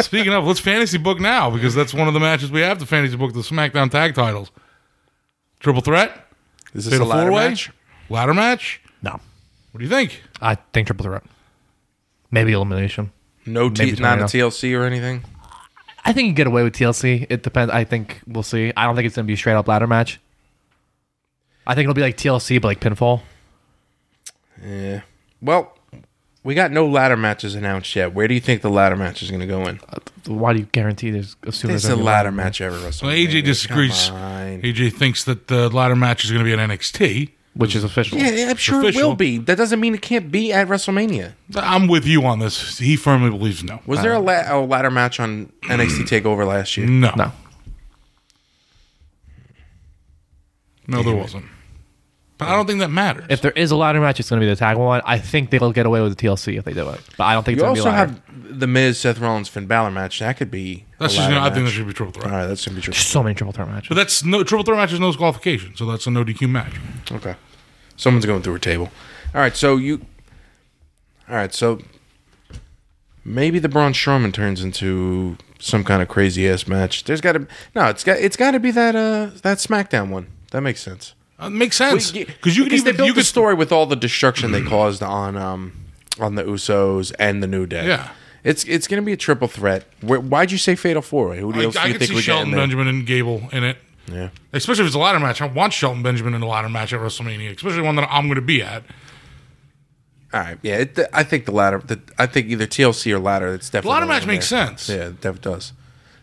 C: speaking of, let's fantasy book now because that's one of the matches we have to fantasy book the SmackDown tag titles. Triple threat,
E: Is this a
C: fatal
E: ladder
C: four way,
E: match?
C: ladder match.
D: No,
C: What do you think?
D: I think triple threat. Maybe elimination.
E: No, T-
D: Maybe
E: not a
D: tornado.
E: TLC or anything.
D: I think you get away with TLC. It depends. I think we'll see. I don't think it's gonna be a straight up ladder match. I think it'll be like TLC, but like pinfall.
E: Yeah. Well, we got no ladder matches announced yet. Where do you think the ladder match is going to go in?
D: Why do you guarantee there's a sooner?
E: It's the ladder match ever.
C: Well, AJ disagrees. AJ thinks that the ladder match is going to be on NXT.
D: which is official.
E: Yeah, yeah, I'm sure it
C: Official.
E: will be. That doesn't mean it can't be at WrestleMania.
C: I'm with you on this. He firmly believes no.
E: Was there a, la-
D: Uh,
E: a ladder match on NXT
D: mm.
E: Takeover last year?
C: No.
D: No.
C: No, there wasn't. But I don't think that matters.
D: If there is a ladder match, it's going to be the tag one. I think they'll get away with the TLC if they do it. But I don't think it's
E: You
D: going to be
E: also
D: a ladder.
E: have the Miz Seth Rollins Finn Balor match. That could be. a
C: that's just,
E: ladder
C: no, I think that
E: match.
C: should be triple
E: All
C: threat.
E: right, that's gonna be true.
D: so many triple threat matches.
C: But that's no triple threat match is no qualification, so that's a no DQ match.
E: Okay, someone's going through a table. All right, so you. All right, so maybe the Braun Strowman turns into some kind of crazy ass match. There's got to no, it's got it's got to be that uh that SmackDown one. That makes sense.
C: Uh, makes sense because you can
E: they
C: even
E: built
C: you
E: the
C: could
E: story with all the destruction they caused on um on the Usos and the New Day.
C: Yeah.
E: It's, it's going to be a triple threat. Where, why'd you say fatal four way? Who
C: I,
E: else do
C: I
E: you
C: could
E: think
C: see
E: would get in
C: Shelton
E: there?
C: Benjamin and Gable in it.
E: Yeah.
C: Especially if it's a ladder match. I want Shelton Benjamin in a ladder match at WrestleMania, especially one that I'm going to be at.
E: All right. Yeah, it, I think the latter. The, I think either TLC or latter. It's definitely
C: Ladder match
E: in
C: makes
E: there.
C: sense.
E: Yeah, it def- does.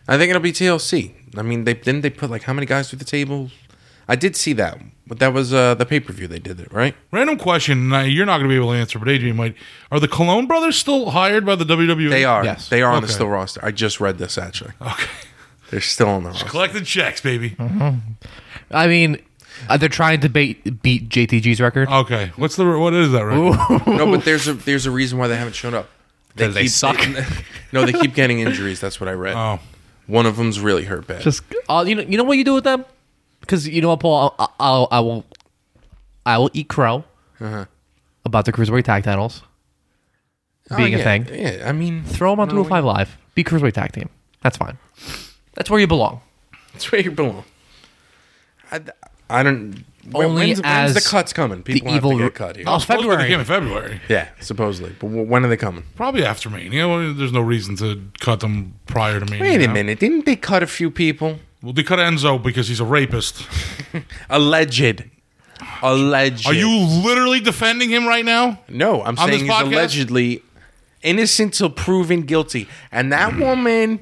E: I think it'll be TLC. I mean, they didn't they put like how many guys through the table? I did see that, but that was uh, the pay per view they did it right.
C: Random question, uh, you're not going to be able to answer, but Adrian might. Are the Cologne brothers still hired by the E? WWE?
E: They are.
D: Yes.
E: They are on the
C: Okay. Oh.
E: still roster. I just read this actually.
C: Okay.
E: They're still on the roster.
C: Collecting checks, baby.
D: I mean, uh, they're trying to bait, beat JTG's record.
C: Okay. What's the what is that right?
E: No, but there's a there's a reason why they haven't shown up.
D: 'Cause they suck.
E: no, they keep getting injuries. That's what I read.
C: Oh.
E: One of them's really hurt bad.
D: Just uh, you know, you know what you do with them? Because you know what, Paul, I'll, I'll, I will, I will eat crow
E: Uh-huh.
D: about the cruiserweight tag titles
E: Oh,
D: being
E: yeah,
D: a thing.
E: Yeah, I mean,
D: Throw them on
E: No,
D: through
E: we-
D: five live. Be cruiserweight tag team. That's fine. That's where you belong.
E: That's where you belong. I, I don't. when-
D: Only
E: when's,
D: as
E: when's the cuts coming? People have
D: evil
E: to
D: re-
E: get cut here.
D: Oh,
C: Supposed to be the
D: February.
C: game in February.
E: Yeah, supposedly. But w- when are they coming?
C: Probably after Mania. Well, there's no reason to cut them prior to Mania.
E: Wait a
C: now.
E: minute. Didn't they cut a few people?
C: Well, they cut Enzo because he's a rapist.
E: Alleged. Alleged.
C: Are you literally defending him right now?
E: No, I'm
C: on
E: saying
C: this
E: he's
C: podcast?
E: allegedly innocent till proven guilty. And that woman,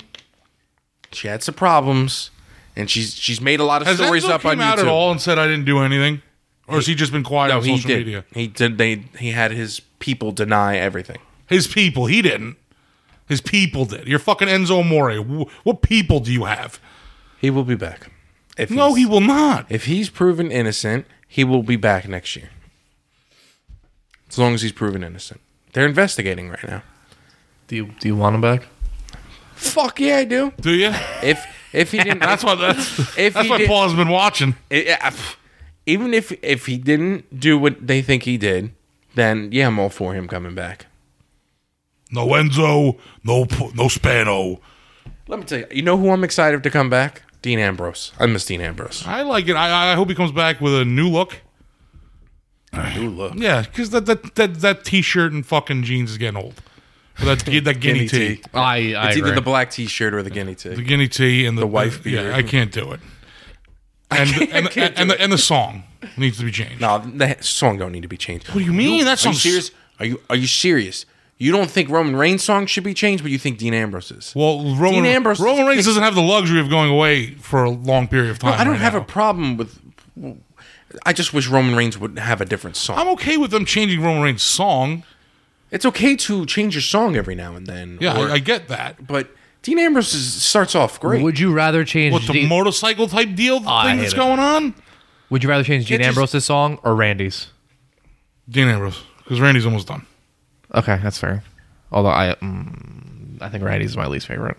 E: she had some problems, and she's she's made a lot of
C: Has
E: stories
C: Enzo
E: up
C: came
E: on YouTube.
C: out at all and said I didn't do anything, or has he just been quiet
E: No,
C: on
E: he
C: social
E: did.
C: media?
E: He did. They he had his people deny everything.
C: His people, he didn't. His people did. You're fucking Enzo More. What people do you have?
E: He will be back. If
C: No,
E: he's-
C: he will not.
E: If he's proven innocent, he will be back next year. As long as he's proven innocent. They're investigating right now.
D: Do you do you want them back?
E: Fuck yeah, I do.
C: Do you?
E: If if he didn't,
C: That's what that's.
E: If
C: that's
E: he
C: what
E: did-
C: Paul's been watching.
E: I- I- pff, even if if he didn't do what they think he did, then yeah, I'm all for him coming back.
B: No Enzo, no P- no Spano.
E: Let me tell you, you know who I'm excited to come back? Dean Ambrose. I miss Dean Ambrose.
C: I like it. I, I hope he comes back with a new look.
E: New look.
C: Yeah, because that that that that t-shirt and fucking jeans is getting old. With that, that guinea, tea.
D: I, I
E: It's
D: agree.
E: either the black T-shirt or the guinea
C: The
E: tea.
C: guinea tea and the,
E: The wife beater.
C: Yeah, I can't do it. And
E: can't- I
C: and,
E: can't
C: and,
E: do
C: the, and the song needs to be changed.
E: No, the song don't need to be changed.
C: What do you mean? that
E: Are you
C: song's
E: serious? Are you are you serious? You don't think Roman Reigns' song should be changed, but you think Dean Ambrose's?
C: Well, Roman,
E: Dean Ambrose is
C: Roman Reigns
E: kicked-
C: doesn't have the luxury of going away for a long period of time.
E: I don't
C: right
E: have
C: now.
E: a problem with. I just wish Roman Reigns would have a different song.
C: I'm okay with them changing Roman Reigns' song.
E: it's okay to change your song every now and then.
C: Yeah,
E: or-
C: I, I get that.
E: but Dean Ambrose is, starts off great.
D: Would you rather change?
C: What the
D: Dean-
C: motorcycle type deal
E: Oh,
D: I
C: thing
D: hate
C: that's
D: it.
C: going on?
D: would you rather change Gene
E: just-
D: Ambrose's song or Randy's?
C: Dean Ambrose, because Randy's almost done.
D: Okay, that's fair. Although I, mm, I think Randy's my least favorite,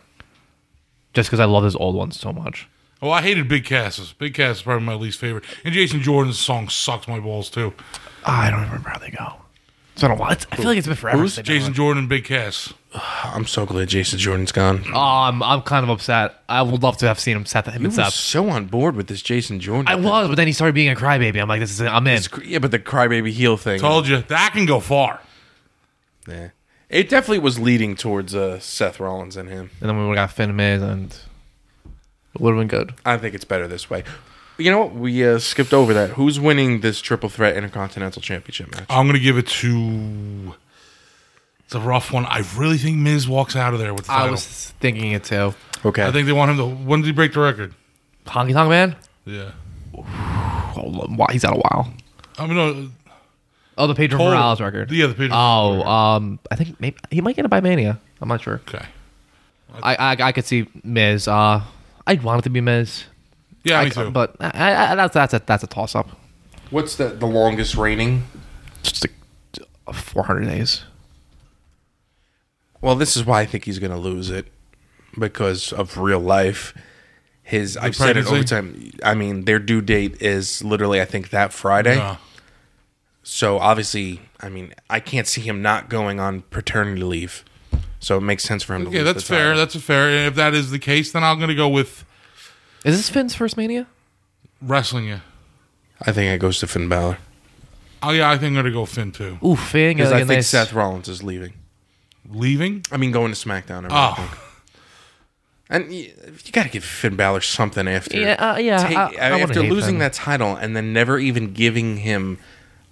D: just because I love his old ones so much.
C: Oh, I hated Big Cass's. Big Cass is probably my least favorite. And Jason Jordan's song sucks my balls too.
D: Ah, I don't remember how they go. It's been a while. It's- I feel like it's been forever.
E: Who's
D: since I did
C: Jason Jordan and Big Cass.
E: I'm so glad Jason Jordan's gone.
D: one. Oh, I'm, I'm kind of upset. I would love to have seen him set him
E: I
D: and
E: was
D: stuff.
E: so on board with this Jason Jordan.
D: I
E: thing.
D: was, but then he started being a crybaby. I'm like, this is it. I'm in.
E: It's cr- Yeah, but the crybaby heel thing.
C: Told you that can go far.
E: Yeah. It definitely was leading towards uh, Seth Rollins and him.
D: And then we would have got Finn Miz, and it would have been good.
E: I think it's better this way. You know what? We uh, skipped over that. Who's winning this triple threat intercontinental championship match?
C: I'm gonna give it to. It's a rough one. I really think Miz walks out of there with the title.
D: I was thinking it too.
E: Okay.
C: I think they want him to. When did he break the record?
D: Honky Tonk Man.
C: Yeah.
D: Oh, wow, he's out a while.
C: I mean, no,
D: Oh, the Pedro
C: Total.
D: Morales record.
C: Yeah, the Pedro
D: Oh, um, I think maybe he might get it by Mania. I'm not sure.
C: okay.
D: I I, I could see Miz. Uh, I'd want it to be Miz.
C: Yeah,
D: I,
C: me too.
D: But I, I, I- that's that's a that's a toss up.
E: What's the, the longest reigning?
D: Just like 400 days.
E: Well, this is why I think he's going to lose it because of real life. His I've said it over
C: pregnancy?
E: time. I mean, their due date is literally I think that Friday.
C: Yeah.
E: So obviously, I mean, I can't see him not going on paternity leave. So it makes sense for him to
C: Okay,
E: lose
C: that's
E: the title.
C: fair. That's a fair. And if that is the case, then I'm going to go with
D: Is this Finn's first Mania?
C: wrestling you.
E: I think it goes to Finn Balor
C: Oh yeah, I think I'm going to go Finn too.
D: Ooh, Finn.
E: because
D: gotta
E: I
D: get
E: think
D: nice-
E: Seth Rollins is leaving.
C: Leaving?
E: I mean, going to SmackDown. I really think.
C: Oh,
E: and you, you got to give Finn Balor something after.
D: Yeah, uh, yeah,
E: Take-
D: I- I wouldn't
E: after
D: hate
E: losing
D: Finn.
E: that title and then never even giving him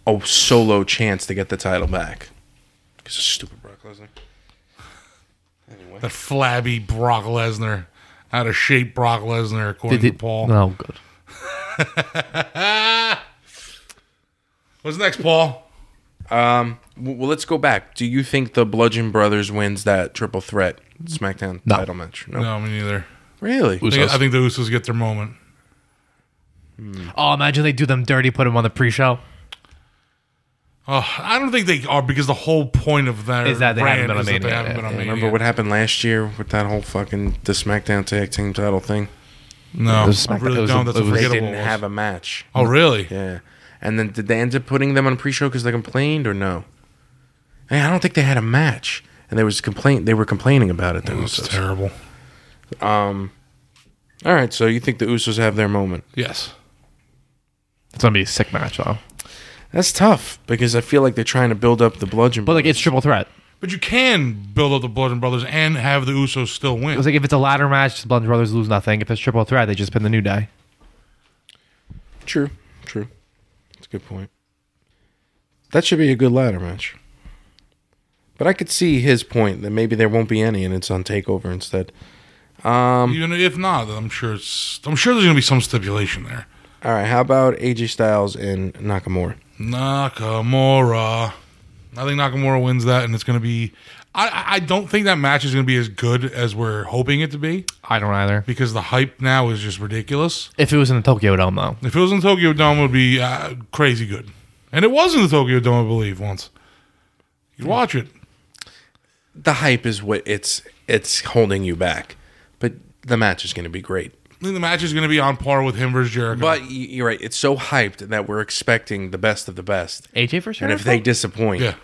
E: a solo chance to get the title back because of stupid Brock Lesnar.
D: Oh.
C: that flabby Brock Lesnar, out of shape Brock Lesnar, according
D: Did-
C: to Paul.
D: No, good.
C: What's next, Paul?
E: W- Well, let's go back. Do you think the Bludgeon Brothers wins that triple threat SmackDown title match? No,
C: No, me neither.
E: really.
C: I think, I think the Usos get their moment.
D: Oh, imagine they do them dirty, put him on the pre-show.
C: Oh, I don't think they are because the whole point of that
D: Is that they haven't been on
C: They
D: Mania.
C: haven't been on
D: Yeah,
C: Mania.
E: Remember what happened last year with that whole fucking the SmackDown tag team title thing?
C: No,
D: It was
C: I
D: SmackDown. It
C: really
D: was-
C: don't. That's
D: it
C: a
D: was- They
E: They
C: forgettable.
E: didn't
C: loss.
E: have a match.
C: oh, really?
E: Yeah. And then did they end up putting them on pre-show because they complained or no? Hey, I don't think they had a match, and there was complaint. They were complaining about it. The
C: That's
E: Usos.
C: terrible.
E: All right, so you think the Usos have their moment?
C: Yes.
D: It's gonna be a sick match though.
E: That's tough because I feel like they're trying to build up the bludgeon.
D: But like, it's triple threat.
C: But you can build up the Blood and Brothers and have the Usos still win.
D: It was like if it's a ladder match, the Blunt Brothers lose nothing. If it's triple threat, they just pin the New Day.
E: true, true. That's a good point. That should be a good ladder match. But I could see his point that maybe there won't be any, and it's on Takeover instead.
D: um,
C: Even if not, then I'm sure it's. I'm sure there's gonna be some stipulation there.
E: All right, how about AJ Styles and Nakamura?
C: Nakamura. I think Nakamura wins that, and it's gonna be. I- I, I don't think that match is gonna be as good as we're hoping it to be
D: I don't either.
C: because the hype now is just ridiculous.
D: If it was in the Tokyo Dome though,
C: If it was in Tokyo Dome, it would be uh, crazy good, and it was in the Tokyo Dome, I believe, once. You watch it.
E: the hype is what it's it's holding you back, but the match is going to be great.
C: I think the match is gonna be on par with him versus Jericho.
E: But y- you're right; it's so hyped that we're expecting the best of the best,
D: AJ for sure.
E: and if they disappoint,
C: yeah.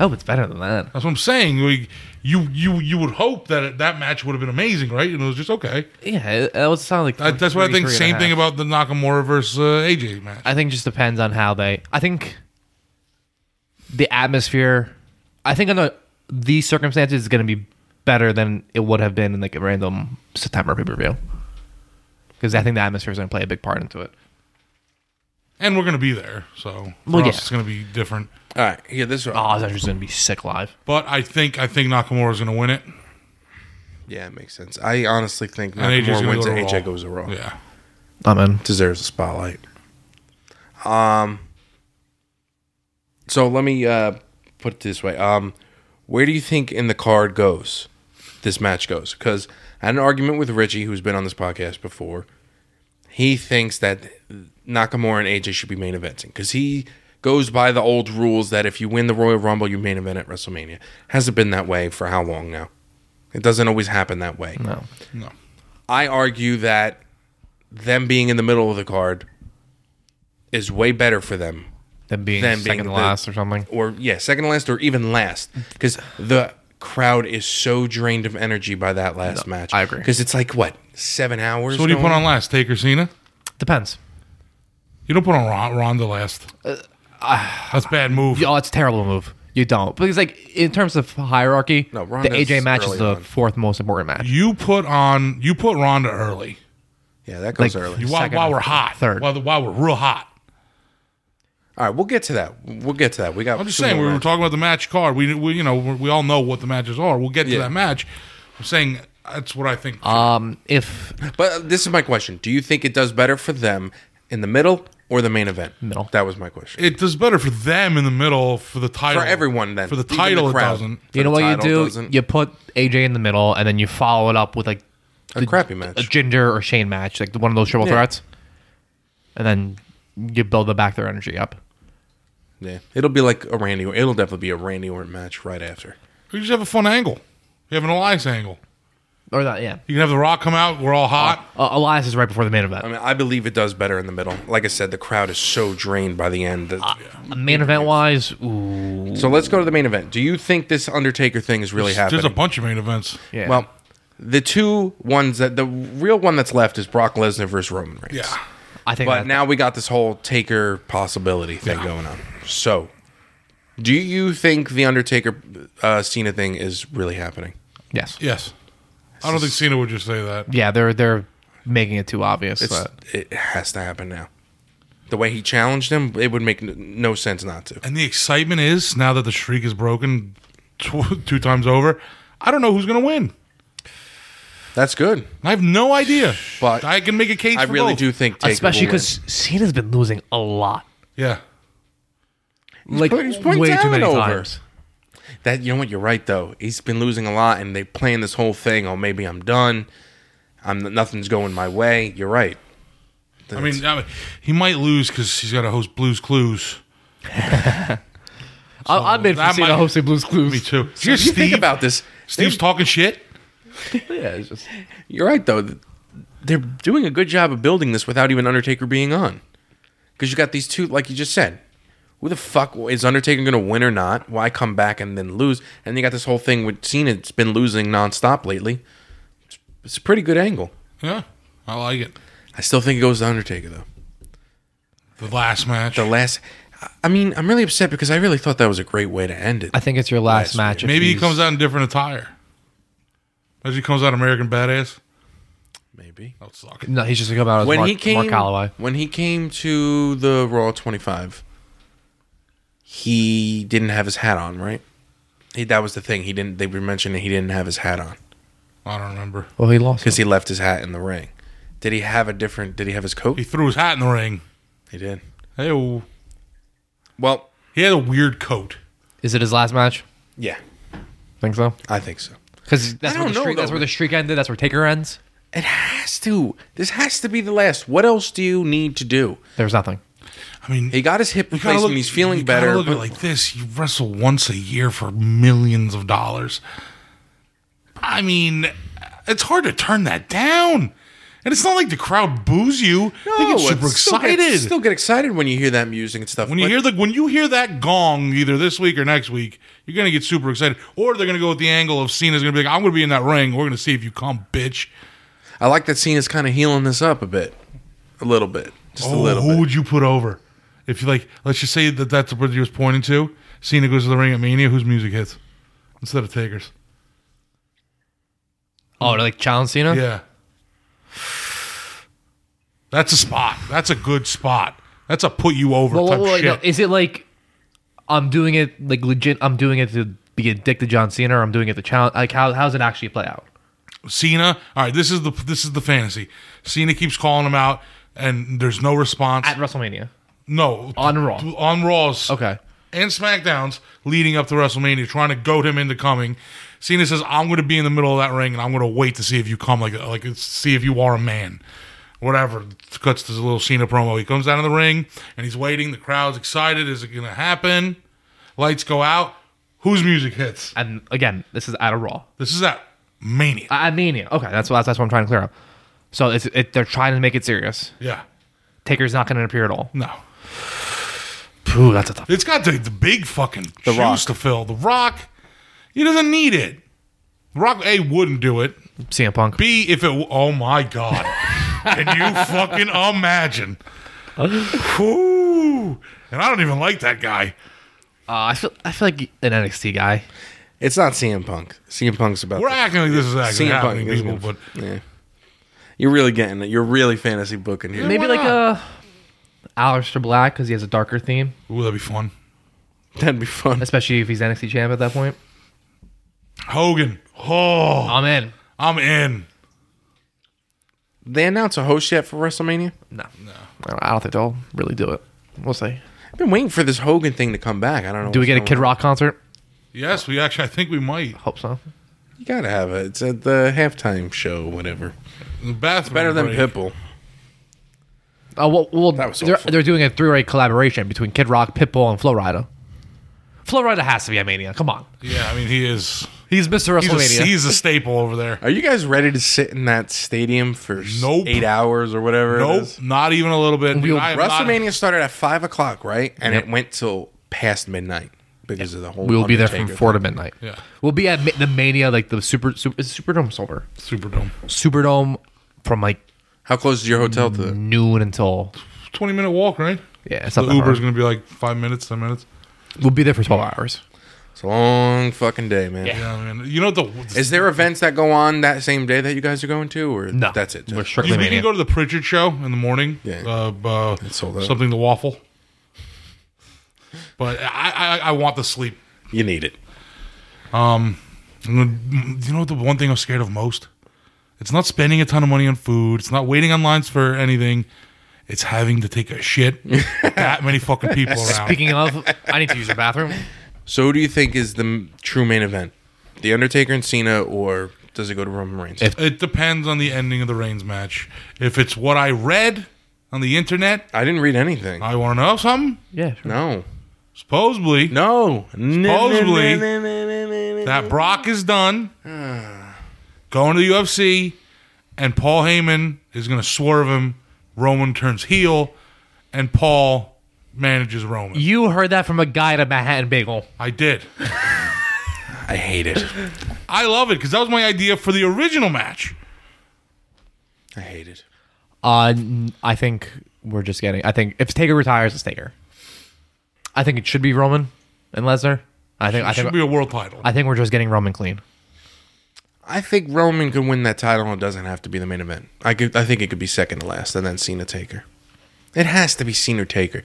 D: oh, it's better than that.
C: That's what I'm saying. We, you you you would hope that that match would have been amazing, right? And it was just okay.
D: Yeah, that would sound like
C: That, that's what I think.
D: 33 and a
C: Same
D: half.
C: thing about the Nakamura versus uh, AJ match.
D: I think just depends on how they. I think the atmosphere. I think on the these circumstances is going to be better than it would have been in like a random September pay per view. Because I think the atmosphere is going to play a big part into it.
C: and we're gonna be there, so for
D: Well,
C: us
D: yeah.
C: it's gonna be different.
E: All right, here this one.
C: Ah.
D: Oh, that's just going to be sick live.
C: But I think I think Nakamura's gonna win it,
E: Yeah, it makes sense. I honestly think
C: and AJ's
E: Nakamura
C: gonna
E: wins
C: go
E: and
C: to
E: AJ
C: Raw.
E: goes to Raw.
C: Yeah,
D: I'm in.
E: Deserves a spotlight. Um. So let me uh, put it this way. Um, where do you think in the card goes? This match goes because I had an argument with Richie, who's been on this podcast before. He thinks that Nakamura and AJ should be main eventing because he goes by the old rules that if you win the Royal Rumble, you main event at WrestleMania. Hasn't been that way for how long now? It doesn't always happen that way.
D: No.
C: no,
E: I argue that them being in the middle of the card is way better for them.
D: Them being
E: Them
D: second
E: being
D: to
E: the-
D: last or something.
E: Or yeah, second to last or even last cuz the crowd is so drained of energy by that last match.
D: I agree.
E: Cuz it's like what? 7 hours.
C: So what do you put
E: going
C: on last? Taker Cena.
D: Depends.
C: You don't put on Ron- Ronda last. That's a bad move.
D: Oh, it's a terrible move. You don't. Because, like, in terms of hierarchy,
E: No,
D: the
E: Ronda's
D: AJ match is
E: early
D: the
E: on.
D: fourth most important match.
C: You put on you put Ronda early.
E: Yeah, that goes
D: Like-
E: early.
C: You- While,
D: Second
C: while
D: or
C: we're hot,
D: third.
C: while, while we're real hot.
E: All right, we'll get to that. We'll get to that. We got
C: I'm just
E: two
C: saying
E: more
C: we were
E: rounds.
C: talking about the match card. We, we you know we we all know what the matches are. We'll get to
E: Yeah.
C: that match. I'm saying that's what I think.
D: Um, if
E: But this is my question. Do you think it does better for them in the middle or the main event?
D: Middle.
E: That was my question.
C: it does better for them in the middle for the title
E: for everyone then.
C: for the
E: even
C: title it
E: crowd.
C: doesn't.
E: For
D: you know
E: the
D: what you
E: title,
D: do,
E: doesn't.
D: you put AJ in the middle, and then you follow it up with like
E: a crappy match.
D: a Ginger or Shane match, like one of those triple
E: Yeah.
D: threats, and then you build the back their energy up.
E: Yeah, it'll be like a Randy. It'll definitely be a Randy Orton match right after.
C: You just have a fun angle. You have an Elias angle.
D: Or that, yeah.
C: You can have The Rock come out. We're all hot.
D: Uh, Elias is right before the main event.
E: I mean, I believe it does better in the middle. Like I said, the crowd is so drained by the end.
C: Ah,
E: that-
D: main event wise, ooh,
E: So let's go to the main event. Do you think this Undertaker thing is really
C: There's
E: happening?
C: a bunch of main events.
D: yeah.
E: Well, the two ones that the real one that's left is Brock Lesnar versus Roman Reigns.
C: Yeah.
D: I think
E: But
D: that-
E: now we got this whole Taker possibility thing going on. So, do you think the Undertaker uh, Cena thing is really happening?
D: yes, yeah.
C: Yes. I don't think Cena would just say that.
D: they're they're making it too obvious.
E: It's,
D: but-
E: it has to happen now. The way he challenged him, it would make n- no sense not to.
C: And the excitement is now that the streak is broken tw- two times over. I don't know who's going to win.
E: That's good.
C: I have no idea.
E: But
C: I can make a case.
E: I
C: for
E: really
C: both.
E: do think, Taker
D: especially
E: will win.
D: because Cena's been losing a lot,
C: Yeah.
D: like
E: put- he's putting
D: way too
E: talent
D: many
E: over.
D: times.
E: that you know what you're right though. He's been losing a lot, and they playing this whole thing. Oh, maybe I'm done. I'm nothing's going my way. You're right.
C: I mean, uh, I mean, he might lose because he's got to host Blues Clues.
D: I, I'm in for
C: that
D: Cena
C: might-
D: hosting Blues Clues.
C: Me too. Did
E: you
C: you hear
E: think
C: Steve?
E: about this.
C: Steve's talking shit.
D: Yeah, it's just
E: You're right though. They're doing a good job of building this without even Undertaker being on, because you got these two, like you just said. Who the fuck is Undertaker going to win or not? Why come back and then lose? And you got this whole thing with Cena. It's been losing nonstop lately. It's- It's a pretty good angle.
C: Yeah, I like it.
E: I still think it goes to Undertaker though.
C: The last match.
E: The last. I mean, I'm really upset because I really thought that was a great way to end it.
D: I think it's your last match. if
C: Maybe he
D: he's-
C: comes out in different attire. As he comes out American Badass.
E: Maybe
C: That would suck.
D: No, he's just gonna come out as
E: when
D: Mark,
E: he came
D: Mark Calloway.
E: when he came to the Raw 25, he didn't have his hat on, right? He, that was the thing. He didn't. They were mentioning he didn't have his hat on
C: I don't remember.
D: Well, he lost.
E: because he left his hat in the ring. Did he have a different? Did he have his coat?
C: He threw his hat in the ring.
E: He did.
C: Hey, oh.
E: Well,
C: he had a weird coat.
D: Is it his last match?
E: yeah,
D: Think so?
E: I think so.
D: Because that's
E: I
D: where the
E: don't know,
D: streak, that's
E: though.
D: where the streak ended. That's where Taker ends.
E: It has to. This has to be the last. What else do you need to do?
D: There's nothing.
C: I mean,
E: He got his hip
C: you gotta
E: replacement. he's feeling
C: you gotta
E: better.
C: Look at
E: but-
C: it like this: you wrestle once a year for millions of dollars. I mean, it's hard to turn that down, and it's not like the crowd boos you. they get
E: No,
C: super
E: it's still
C: excited.
E: Get, still get excited when you hear that music and stuff.
C: When you hear the when you hear that gong either this week or next week, you're gonna get super excited. Or they're gonna go with the angle of Cena's gonna be like, I'm gonna be in that ring, we're gonna see if you come, bitch.
E: I like that Cena's kind of healing this up a bit, a little bit, just a
C: Oh,
E: little
C: who
E: bit.
C: would you put over? If you like, let's just say that that's what he was pointing to. Cena goes to the ring at Mania, whose music hits? instead of takers.
D: Oh, like challenge Cena?
C: Yeah. That's a spot. That's a good spot. That's a put you over
D: Well,
C: type
D: well, like, no,
C: shit.
D: is it like I'm doing it like legit? I'm doing it to be a dick to John Cena, or I'm doing it to challenge? Like, how how's it actually play out?
C: Cena. All right, this is the this is the fantasy. Cena keeps calling him out, and there's no response.
D: At WrestleMania,
C: no,
D: on Raw.
C: on Raws.
D: Okay.
C: and SmackDowns leading up to WrestleMania, trying to goad him into coming. Cena says, "I'm going to be in the middle of that ring, and I'm going to wait to see if you come, like like see if you are a man." Whatever cuts to the little Cena promo. He comes down to the ring and he's waiting. The crowd's excited. Is it going to happen? Lights go out. Whose music hits?
D: and again, this is at a Raw,
C: This is at Mania.
D: at Mania. Okay, that's what that's what I'm trying to clear up. So it's it, they're trying to make it serious.
C: yeah.
D: Taker's not going to appear at all.
C: No.
D: Ooh, that's a tough.
C: It's got the, the big fucking shoes
E: Rock.
C: to fill. The Rock, he doesn't need it. The Rock A wouldn't do it.
D: CM Punk.
C: B if it. w- Oh my god! Can you fucking imagine? Whew. And I don't even like that guy.
D: Uh, I feel I feel like an NXT guy.
E: It's not CM Punk. CM Punk's about
C: We're
E: the-
C: acting like this is actually
E: CM Punk
C: happening,
E: is
C: people. But
E: gonna- yeah. You're really getting it. You're really fantasy booking here.
D: Maybe
C: why
D: like
C: not?
D: a Aleister Black because he has a darker theme,
C: ooh, that'd be fun.
E: That'd be fun.
D: especially if he's NXT champ at that point.
C: Hogan. Oh,
D: I'm in.
C: I'm in.
E: They announced a host yet for WrestleMania?
D: No, no, I don't- I don't think they'll really do it. We'll see.
E: I've been waiting for this Hogan thing to come back. I don't know.
D: Do we
E: what's
D: get a
E: going
D: Kid
E: on.
D: Rock concert?
C: Yes, we actually. I think we might.
D: Hope so.
E: You gotta have it. It's at the halftime show, whatever.
C: The bathroom.
E: Better than
C: break.
E: Pitbull.
D: Oh well, well
E: That was
D: they're,
E: awful.
D: they're doing a three-way collaboration between Kid Rock, Pitbull, and Flo Rida. Flo Rida has to be at Mania. Come on,
C: Yeah, I mean he is.
D: he's Mr.
C: He's a,
D: WrestleMania.
C: he's a staple over there.
E: Are you guys ready to sit in that stadium for s-
C: Nope.
E: eight hours or whatever? it
C: Nope,
E: is?
C: not even a little bit.
D: We'll-
C: I am not-
E: WrestleMania started at five o'clock, right? And
D: Yep.
E: it went till past midnight because of the whole.
D: we will be there from
E: Undertaker
D: four
E: thing.
D: to midnight.
C: Yeah.
D: we'll be at ma- the Mania, like the Super Super is it Superdome sober
C: Superdome.
D: Superdome from like
E: How close is your hotel to?
D: noon until
C: Twenty minute walk, right?
D: yeah. It's not
C: The
D: that
C: Uber's
D: hard.
C: gonna be like five minutes, ten minutes.
D: We'll be there for twelve hours.
E: It's a long fucking day, man.
C: Yeah, I mean, you know the
E: Is there events that go on that same day that you guys are going to, or
D: No,
E: that's it?
D: We're
C: You
D: strictly
C: think you
D: Mania.
C: can go to the Pritchard show in the morning?
E: Yeah.
C: Uh, uh,
E: sold out.
C: something to waffle. But I, I, I want the sleep.
E: You need it.
C: And the- You know the one thing I'm scared of most? It's not spending a ton of money on food. It's not waiting on lines for anything. It's having to take a shit. with that many fucking people around.
D: Speaking of, I need to use the bathroom.
E: So, who do you think is the m- true main event? The Undertaker and Cena, or does it go to Roman Reigns?
D: If-
C: it depends on the ending of the Reigns match. If it's what I read on the internet,
E: I didn't read
D: Uh,
E: anything.
C: I want to know something.
D: Yeah, sure.
E: no,
C: Supposedly,
E: no.
C: Supposedly,
E: that
C: that Brock is done, going to the UFC, and Paul Heyman is going to swerve him. Roman turns heel, and Paul manages Roman.
D: you heard that from a guy at a Manhattan Bagel.
C: I did.
E: I hate it.
C: I love it because that was my idea for the original match.
E: I hate it.
D: Uh, n- I think we're just getting. I think if Taker retires, it's Taker. I think it should be Roman and Lesnar. I think. I
C: It should
D: think.
C: be a world title.
D: I think we're just getting Roman clean.
E: I think Roman could win that title and it doesn't have to be the main event. I could, I think it could be second to last and then Cena Taker. It has to be Cena Taker.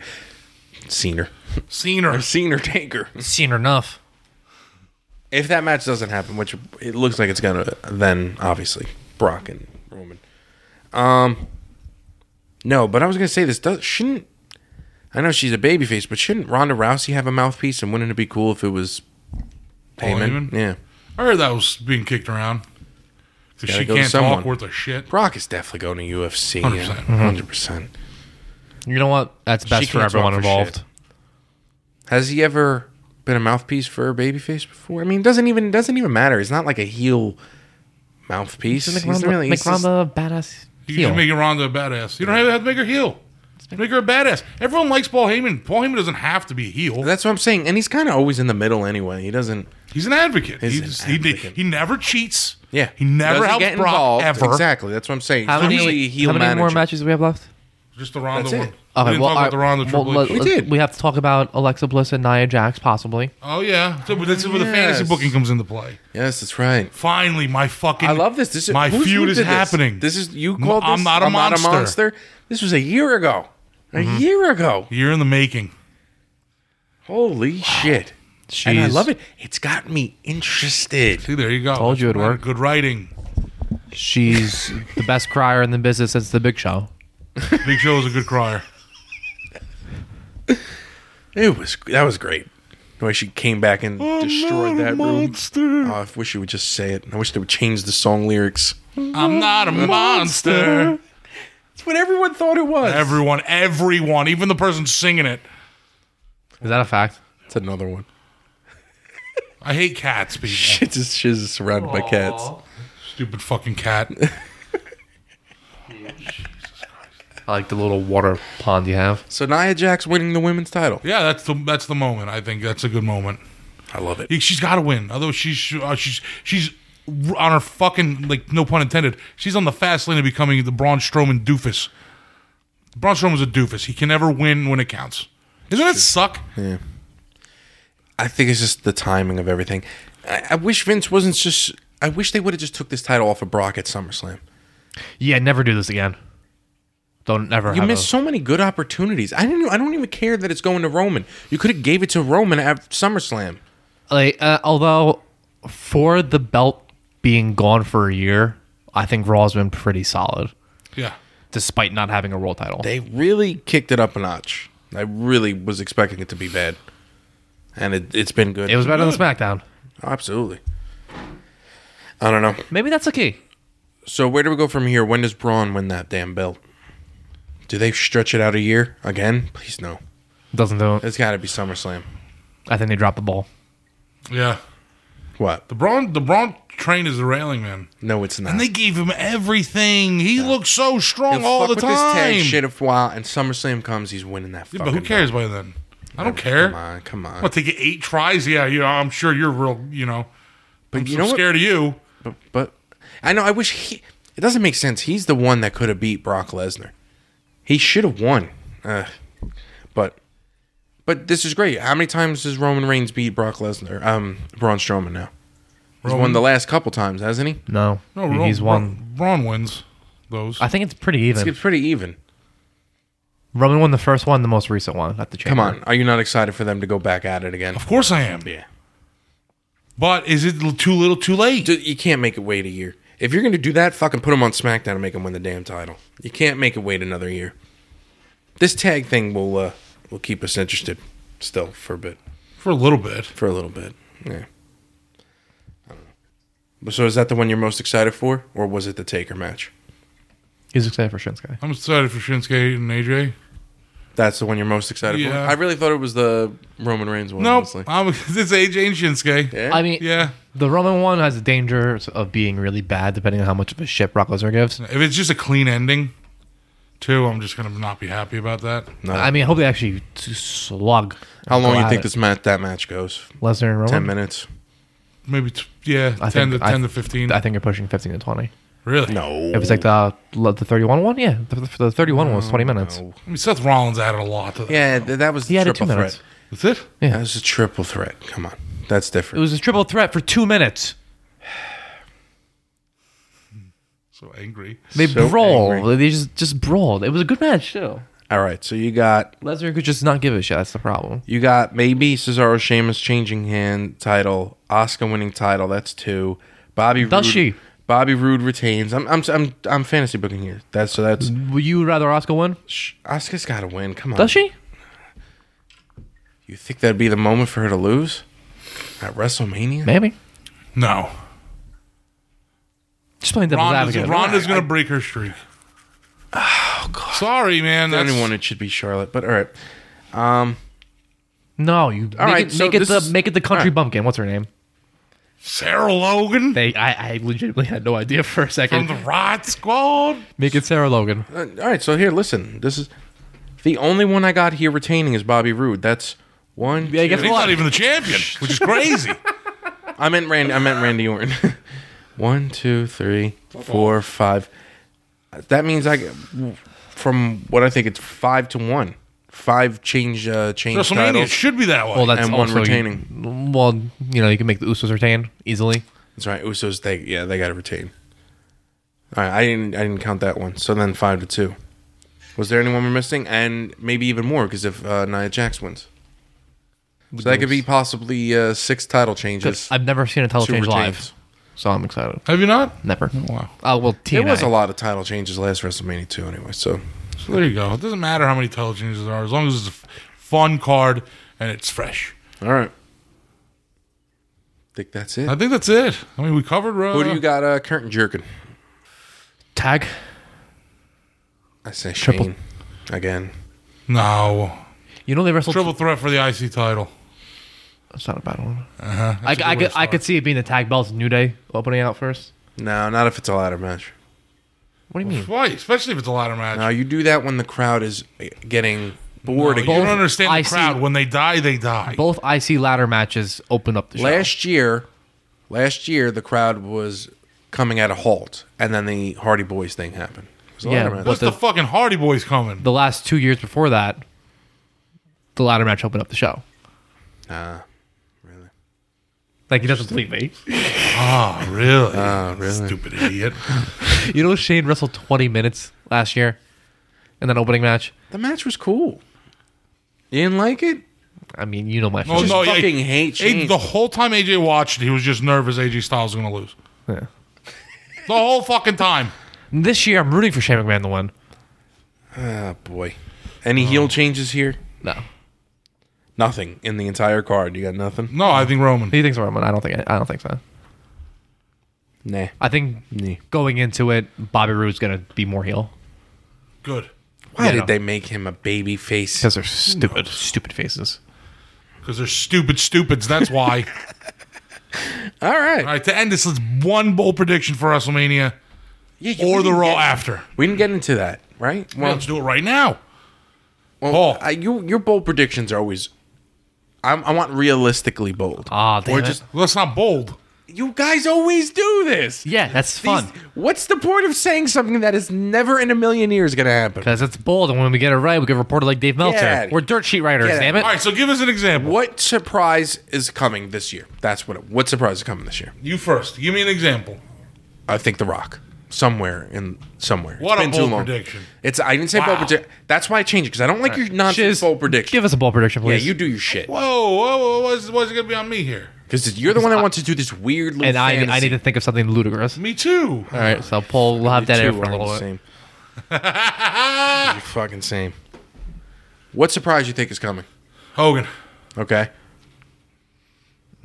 E: Cena.
C: Cena.
E: Cena Taker.
D: Seen enough.
E: If that match doesn't happen, which it looks like it's gonna, then obviously Brock and Roman. Um, no, but I was gonna say this does shouldn't. I know she's a babyface, but shouldn't Ronda Rousey have a mouthpiece? And wouldn't it be cool if it was
C: Paul
E: Heyman?
C: Heyman?
E: Yeah,
C: I heard that was being kicked around. 'Cause
E: Gotta
C: she
E: go to
C: can't
E: someone.
C: talk worth a shit.
E: Brock is definitely going to UFC.
C: 100%.
E: Hundred percent.
D: You know what? That's best for
E: can't talk
D: everyone
E: for
D: involved.
E: shit. Has he ever been a mouthpiece for a babyface before? I mean, it doesn't even doesn't even matter. He's not like a heel mouthpiece.
D: Make
E: He's
D: Ronda,
E: really
D: make
E: he's just-
D: Ronda a badass
C: You
D: heel.
C: can make Ronda a badass. You don't have to make her heel. Make her a badass. Everyone likes Paul Heyman. Paul Heyman doesn't have to be a heel.
E: That's what I'm saying. And he's kind of always in the middle anyway. He doesn't.
C: He's an advocate.
E: He's
C: he,
E: an
C: just,
E: advocate.
C: He, he never cheats.
E: Yeah,
C: He never
E: doesn't
C: helps
E: get
C: Brock
E: involved.
C: ever.
E: Exactly. That's what I'm saying.
D: how
E: He's not
D: many,
E: really a heel
D: how many more
E: manager.
D: matches do we have left?
C: Just around
E: That's
C: the
E: it.
C: one.
D: Okay,
C: didn't talk about the Raw and the Triple H.
E: We did.
D: We have to talk about Alexa Bliss and Nia Jax possibly.
C: Oh yeah, so, but that's where the fantasy
E: Yes.
C: booking comes into play.
E: Yes, that's right.
C: Finally, my fucking
E: I love this. This is
C: my
E: who's- who
C: feud is
E: did this?
C: happening.
E: This is you
C: M-
E: called this.
C: I'm not a monster. Mm-hmm.
E: This was a year ago. A year ago.
C: You're in the making.
E: Holy shit! And I
D: Jeez.
E: love it. It's got me interested.
C: See, there you go.
D: Told you it'd
C: That's
D: work.
C: Good writing.
D: She's the best crier in the business since the Big Show.
C: Big Show is a good crier.
E: It was that was great. The way she came back and destroyed that room. Oh, I wish she would just say it. I wish they would change the song lyrics.
C: I'm not a monster.
E: It's what everyone thought it was.
C: Everyone, everyone, even the person singing it.
D: Is that a fact?
E: That's another one.
C: I hate cats, people.
E: Shit, just she's just surrounded by cats.
C: Stupid fucking cat.
D: I like the little water pond you have.
E: So Nia Jax winning the women's title.
C: Yeah, that's the that's the moment. I think that's a good moment.
E: I love it.
C: Yeah, She's got to win. Although she's uh, she's she's on her fucking like no pun intended. She's on the fast lane of becoming the Braun Strowman doofus. Braun Strowman's a doofus. He can never win when it counts. Doesn't that suck?
E: I think it's just the timing of everything. I, I wish Vince wasn't just. I wish they would have just took this title off of Brock at SummerSlam.
D: Yeah, never do this again. Don't ever.
E: You
D: have
E: missed
D: a-
E: so many good opportunities. I didn't. I don't even care that it's going to Roman. You could have gave it to Roman at SummerSlam.
D: like uh, although for the belt being gone for a year, I think Raw's been pretty solid
C: Yeah.
D: despite not having a world title.
E: They really kicked it up a notch. I really was expecting it to be bad, and it, it's been good.
D: it was better than SmackDown.
E: absolutely. I don't know.
D: Maybe that's the key.
E: So where do we go from here? When does Braun win that damn belt? Do they stretch it out a year again? Please no.
D: Doesn't do it.
E: It's got to be SummerSlam.
D: I think they dropped the ball.
C: Yeah.
E: What?
C: The Braun the Braun train is the railing man.
E: No, it's not.
C: And they gave him everything. He looked so strong
E: He'll
C: all
E: fuck
C: the
E: with
C: time.
E: This tag shit for a while, and SummerSlam comes, he's winning that.
C: yeah,
E: Fucking
C: but who cares by then? I don't care.
E: Come on, come on.
C: What to get eight tries? Yeah, you know, I'm sure you're real. You know, but I'm
E: you
C: so
E: know what?
C: scared of you.
E: But I know. I wish he. It doesn't make sense. He's the one that could have beat Brock Lesnar. He should have won. Ugh. but but this is great. How many times does Roman Reigns beat Brock Lesnar? Um, Braun Strowman now. He's won the last couple times, hasn't he?
D: No,
C: No,
D: He-
C: Ron-
D: he's won.
C: Ron- Braun wins those.
D: I think it's pretty even.
E: It's pretty even.
D: Roman won the first one, the most recent one at the chamber.
E: Come on, are you not excited for them to go back at it again?
C: of course I am.
E: Yeah.
C: But is it l- too little, too late?
E: Dude, you can't make it wait a year. If you're gonna do that, fucking put him on SmackDown and make him win the damn title. You can't make it wait another year. This tag thing will uh, will keep us interested still for a bit,
C: For a little bit.
E: for a little bit. Yeah. I don't know. But So is that the one you're most excited for, or was it the Taker match?
D: He's excited for Shinsuke.
C: I'm excited for Shinsuke and AJ.
E: That's the one you're most excited for.
C: Yeah.
E: I really thought it was the Roman Reigns one.
C: No,
E: honestly.
C: I'm, it's AJ and Shinsuke. Yeah.
D: I mean,
C: yeah.
D: the Roman one has the danger of being really bad, depending on how much of a shit Brock Lesnar gives.
C: If it's just a clean ending, too, I'm just gonna not be happy about that.
D: I mean, I hope they actually s- slug.
E: How long
D: go
E: do you
D: at
E: think
D: it.
E: this match that match goes?
D: Lesnar and Roman?
E: Ten minutes.
C: Maybe t- yeah,
D: I
C: ten
D: think-
C: to ten
D: I-
C: to fifteen.
D: I think you're pushing 15 to 20.
C: really?
E: No.
D: If it's like the the 31 one, yeah, the, the 31 one was 20 minutes.
E: Oh,
C: I mean, Seth Rollins added a lot to that.
E: Yeah, th- that was the
D: He added
E: triple
D: two
E: threat.
D: minutes.
C: That's it.
E: That was a triple threat. Come on, that's different.
D: It was a triple threat for two minutes.
C: So angry.
D: They
E: So
D: brawl.
E: angry.
D: They just just brawled. It was a good match too.
E: All right, so you got
D: Lesnar could just not give a shit. That's the problem.
E: you got maybe Cesaro Sheamus changing hand title, Oscar winning title. That's two. Bobby
D: Does
E: Roode,
D: she?
E: Bobby Roode retains. I'm I'm I'm I'm fantasy booking here. That's so that's
D: Would you rather Oscar win?
E: Oscar's got to win. Come on,
D: Mm-hmm. Does she?
E: You think that'd be the moment for her to lose at WrestleMania?
D: Maybe.
C: No.
D: Just playing devil's
C: Ronda's,
D: advocate.
C: Ronda's gonna break her streak. Oh god. Sorry, man.
E: The
C: That's,
E: only one it should be Charlotte. But all right,
D: no, you make,
E: right,
D: it,
E: so
D: make it
E: this
D: the
E: is-
D: make it the country
E: all right.
D: bumpkin. What's her name?
C: Sarah Logan
D: They I, I legitimately had no idea for a
C: from
D: second.
C: the Riot Squad.
D: make it Sarah Logan.
E: Uh, all right. So here, listen. This is the only one I got here retaining is Bobby Roode. That's one.
D: Yeah, I guess
C: He's not even the champion, which is crazy.
E: I meant Randy. I meant Randy Orton. One, two, three, four, five. That means I. from what I think it's five to one. Five change uh, change
C: WrestleMania
E: titles.
C: should be that way.
D: Well, that's
E: And one
D: also-
E: retaining.
D: Well, you know, you can make the Usos retain easily.
E: That's right. Usos they yeah they got to retain. All right, I didn't I didn't count that one. So then five to two. Was there anyone we're missing? And maybe even more because if uh, Nia Jax wins, so that could be possibly uh, six title changes.
D: I've never seen a title
E: Two
D: change
E: retains.
D: live, so I'm excited.
C: Have you not?
D: Never.
C: Wow.
D: Oh well, TNA.
E: There was a lot of title changes last WrestleMania too. Anyway, so
C: So there you go. It doesn't matter how many title changes there are, as long as it's a f- fun card and it's fresh.
E: all right. Think that's it.
C: I think that's it. I mean, we covered. Uh,
E: Who do you got? Uh, curtain jerking.
D: Tag.
E: I say Shane
D: Triple-
E: again.
C: No.
D: You know they wrestled.
C: Triple threat for the IC title.
D: That's not a bad one. I,
C: That's Uh-huh. a good
D: I,
C: way to
D: could, I
C: start.
D: could see it being the tag belts New Day opening out first.
E: No, not if it's a ladder match.
D: What do you mean?
C: Why? Especially if it's a ladder match.
E: No, you do that when the crowd is getting bored
C: you
E: again.
C: don't understand the
D: IC
C: crowd. When they die, they die.
D: Both IC ladder matches open up the show.
E: Last year, last year the crowd was coming at a halt, and then the Hardy Boys thing happened. It was a
D: Yeah,
E: ladder match.
D: but
C: What's the,
D: the-
C: fucking Hardy Boys coming?
D: the last two years before that, the ladder match opened up the show.
E: Nah, really?
D: Like he doesn't believe me.
C: Ah, really?
E: Ah, really?
C: Stupid idiot.
D: You know Shane wrestled 20 minutes last year in that opening match.
E: The match was cool. You didn't like it?
D: I mean, you know my
C: Oh
D: feelings.
C: no!
E: fucking
C: yeah,
E: hate
C: A-
E: Shane.
C: the whole time AJ watched, he was just nervous. AJ Styles was gonna lose.
D: Yeah.
C: The whole fucking time.
D: This year, I'm rooting for Shane McMahon to win.
E: Oh boy. Any heel changes here?
D: No,
E: Nothing in the entire card. You got nothing?
C: No, I think Roman.
D: he thinks Roman. I don't think. I don't think so.
E: Nah.
D: I think
E: Nee.
D: going into it, Bobby Roode's gonna be more heel
C: Good.
E: Why
D: Yeah,
E: did
D: no.
E: they make him a baby face?
D: because they're stupid, stupid faces.
C: Because they're stupid stupids. That's why.
E: All right.
C: All right, to end this, let's one bold prediction for WrestleMania
E: Yeah, you-
C: or
E: we
C: the
E: didn't
C: Raw
E: get-
C: after.
E: We didn't get into that, right?
C: Yeah,
E: Well,
C: let's do it right now.
E: well
C: Paul.
E: I, you, your bold predictions are always. I'm, I want realistically bold.
D: Ah, damn
E: or
D: it.
E: just
C: Well, that's not bold.
E: you guys always do this.
D: Yeah, that's
E: These-
D: fun
E: what's the point of saying something that is never in a million years going to happen?
D: because it's bold, and when we get it right, we get reported like Dave Meltzer.
E: Yeah.
D: We're dirt sheet writers,
E: Yeah.
D: damn it.
C: All right, so give us an example.
E: What surprise is coming this year? That's what. What surprise is coming this year?
C: You first. Give me an example.
E: I think The Rock. Somewhere in somewhere.
C: What a
E: been too
C: bold
E: long.
C: prediction.
E: It's I didn't say bold
C: Wow.
E: prediction. That's why I changed it because I don't like your nonsense
D: Shiz,
E: bold prediction.
D: Give us a ball prediction,
E: yeah,
D: please.
E: you do your shit
C: Whoa, whoa, whoa! What's, what's it gonna be on me here?
E: because you're the one that wants to do this weird. Little
D: and I, I
E: fantasy.
D: need to think of something ludicrous.
C: Me too.
D: All right, so Paul will have that air
E: Two
D: for a
E: are
D: little bit.
E: the same. You're fucking same. What surprise you think is coming?
C: Hogan.
E: Okay.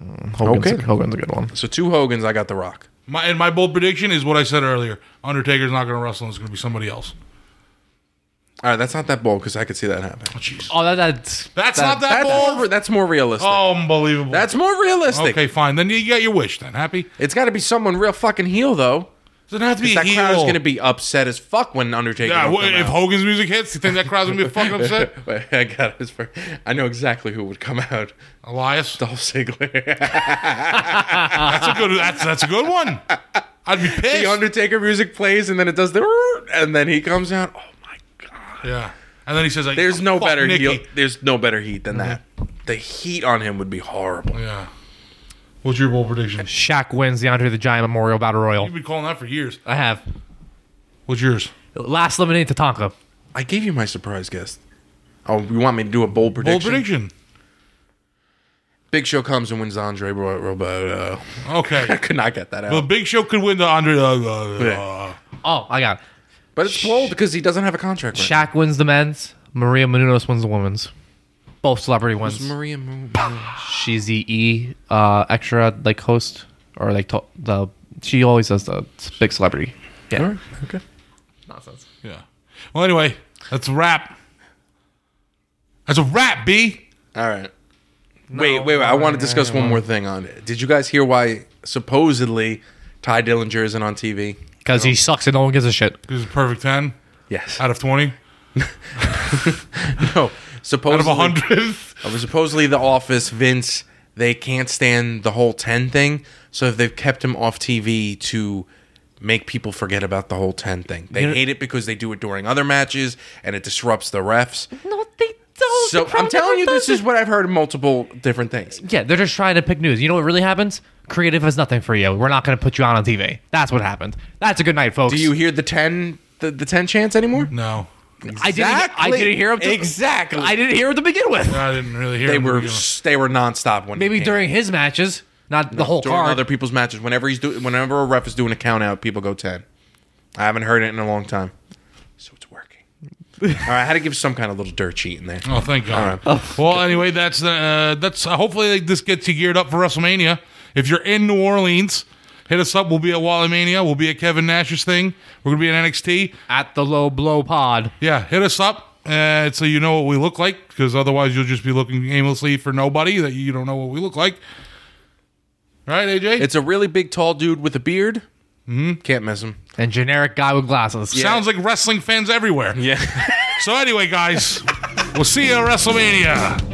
D: Mm, Hogan's,
E: Okay.
D: Hogan's a good one.
E: So two Hogans, I got The Rock.
C: My and my bold prediction is what I said earlier. Undertaker's not gonna wrestle. It's gonna be somebody else.
E: All right, that's not that bold because I could see that happen.
C: Oh, jeez.
D: Oh, that, that's
C: That's not that,
E: that's, more,
C: bold.
E: that's more realistic.
C: Oh, unbelievable.
E: That's more realistic.
C: okay. Fine. Then you got your wish. Then happy.
E: It's got to be someone real fucking heel though.
C: Doesn't have to be
E: That
C: heel.
E: crowd is going to be upset as fuck when Undertaker.
C: Yeah,
E: don't
C: well,
E: come
C: if
E: out.
C: Hogan's music hits, you think that crowd's gonna be fucking upset?
E: Wait, I got his. First. I know exactly who would come out.
C: Elias,
E: Dolph Ziggler.
C: that's a good. That's that's a good one. I'd be pissed.
E: the Undertaker music plays, and then it does the, and then he comes out. Oh my god.
C: yeah, and then he says, like,
E: There's no
C: "Fuck Mm-hmm.
E: better
C: Nikki."
E: heel. There's no better heat than that. The heat on him would be horrible.
C: Yeah. What's your bold prediction?
D: Shaq wins the Andre the Giant Memorial Battle Royal.
C: You've been calling that for years.
D: I have
C: What's yours?
D: last lemonade to Tonka.
E: I gave you my surprise guest. Oh, you want me to do a bold prediction?
C: Bold prediction.
E: Big Show comes and wins the Andre Roy- Robo. Uh, I
C: Okay.
E: could not get that out.
C: The Big Show could win the Andre. Uh, uh,
E: Yeah.
D: Oh, I got it.
E: but it's bold because he doesn't have a contract right
D: Shaq wins the men's. Maria Menounos wins the women's. Both celebrity
E: now.
D: wins.
E: Maria Moon.
D: She's the E uh, extra like host or like to- the. She always does the big celebrity. Yeah.
E: Okay.
D: Nonsense.
C: yeah. Well, anyway, that's a wrap. That's a wrap, B.
E: All right. wait, wait, wait. I want to discuss one more thing on it. Did you guys hear why supposedly Ty Dillinger isn't on TV?
D: Because he sucks and no one gives a shit.
C: This is a perfect ten
E: Yes.
C: out of twenty,
E: No.
C: out of
E: Supposedly.
C: a hundred.
E: Uh, Supposedly, The Office, Vince, they can't stand the whole 10 thing. So if they've kept him off TV to make people forget about the whole 10 thing. They
D: You know-
E: hate it because they do it during other matches and it disrupts the refs.
D: No, they don't.
E: So I'm telling you, this is what I've heard in multiple different things.
D: Yeah, they're just trying to pick news. You know what really happens? Creative is nothing for you. We're not going to put you on on TV. That's what happened. That's a good night, folks.
E: Do you hear the 10 the, the 10 chance anymore?
C: No,
D: I didn't. I
E: Exactly.
D: didn't hear him. to-
E: Exactly.
D: I didn't hear him to begin with.
C: I didn't really hear.
E: They
C: him
E: were
C: begin with.
E: they were nonstop when he
D: Maybe
E: came.
D: during his matches, not the whole
E: during
D: card.
E: other people's matches. Whenever he's do, whenever a ref is doing a count out, people go ten. I haven't heard it in a long time, so it's working. All right, I had to give some kind of little dirt sheet in there.
C: Oh, thank God. Well, anyway, that's uh, that's uh, hopefully like, this gets you geared up for WrestleMania. If you're in New Orleans, hit us up. We'll be at Wally Mania. We'll be at Kevin Nash's thing. We're gonna be at NXT.
D: at the low blow pod.
C: Yeah, hit us up uh, so you know what we look like, because otherwise you'll just be looking aimlessly for nobody that you don't know what we look like. Right, AJ?
E: It's a really big, tall dude with a beard. Mm-hmm. Can't miss him.
D: And generic guy with glasses.
C: Sounds like wrestling fans everywhere.
E: Yeah.
C: So anyway, guys, we'll see you at WrestleMania.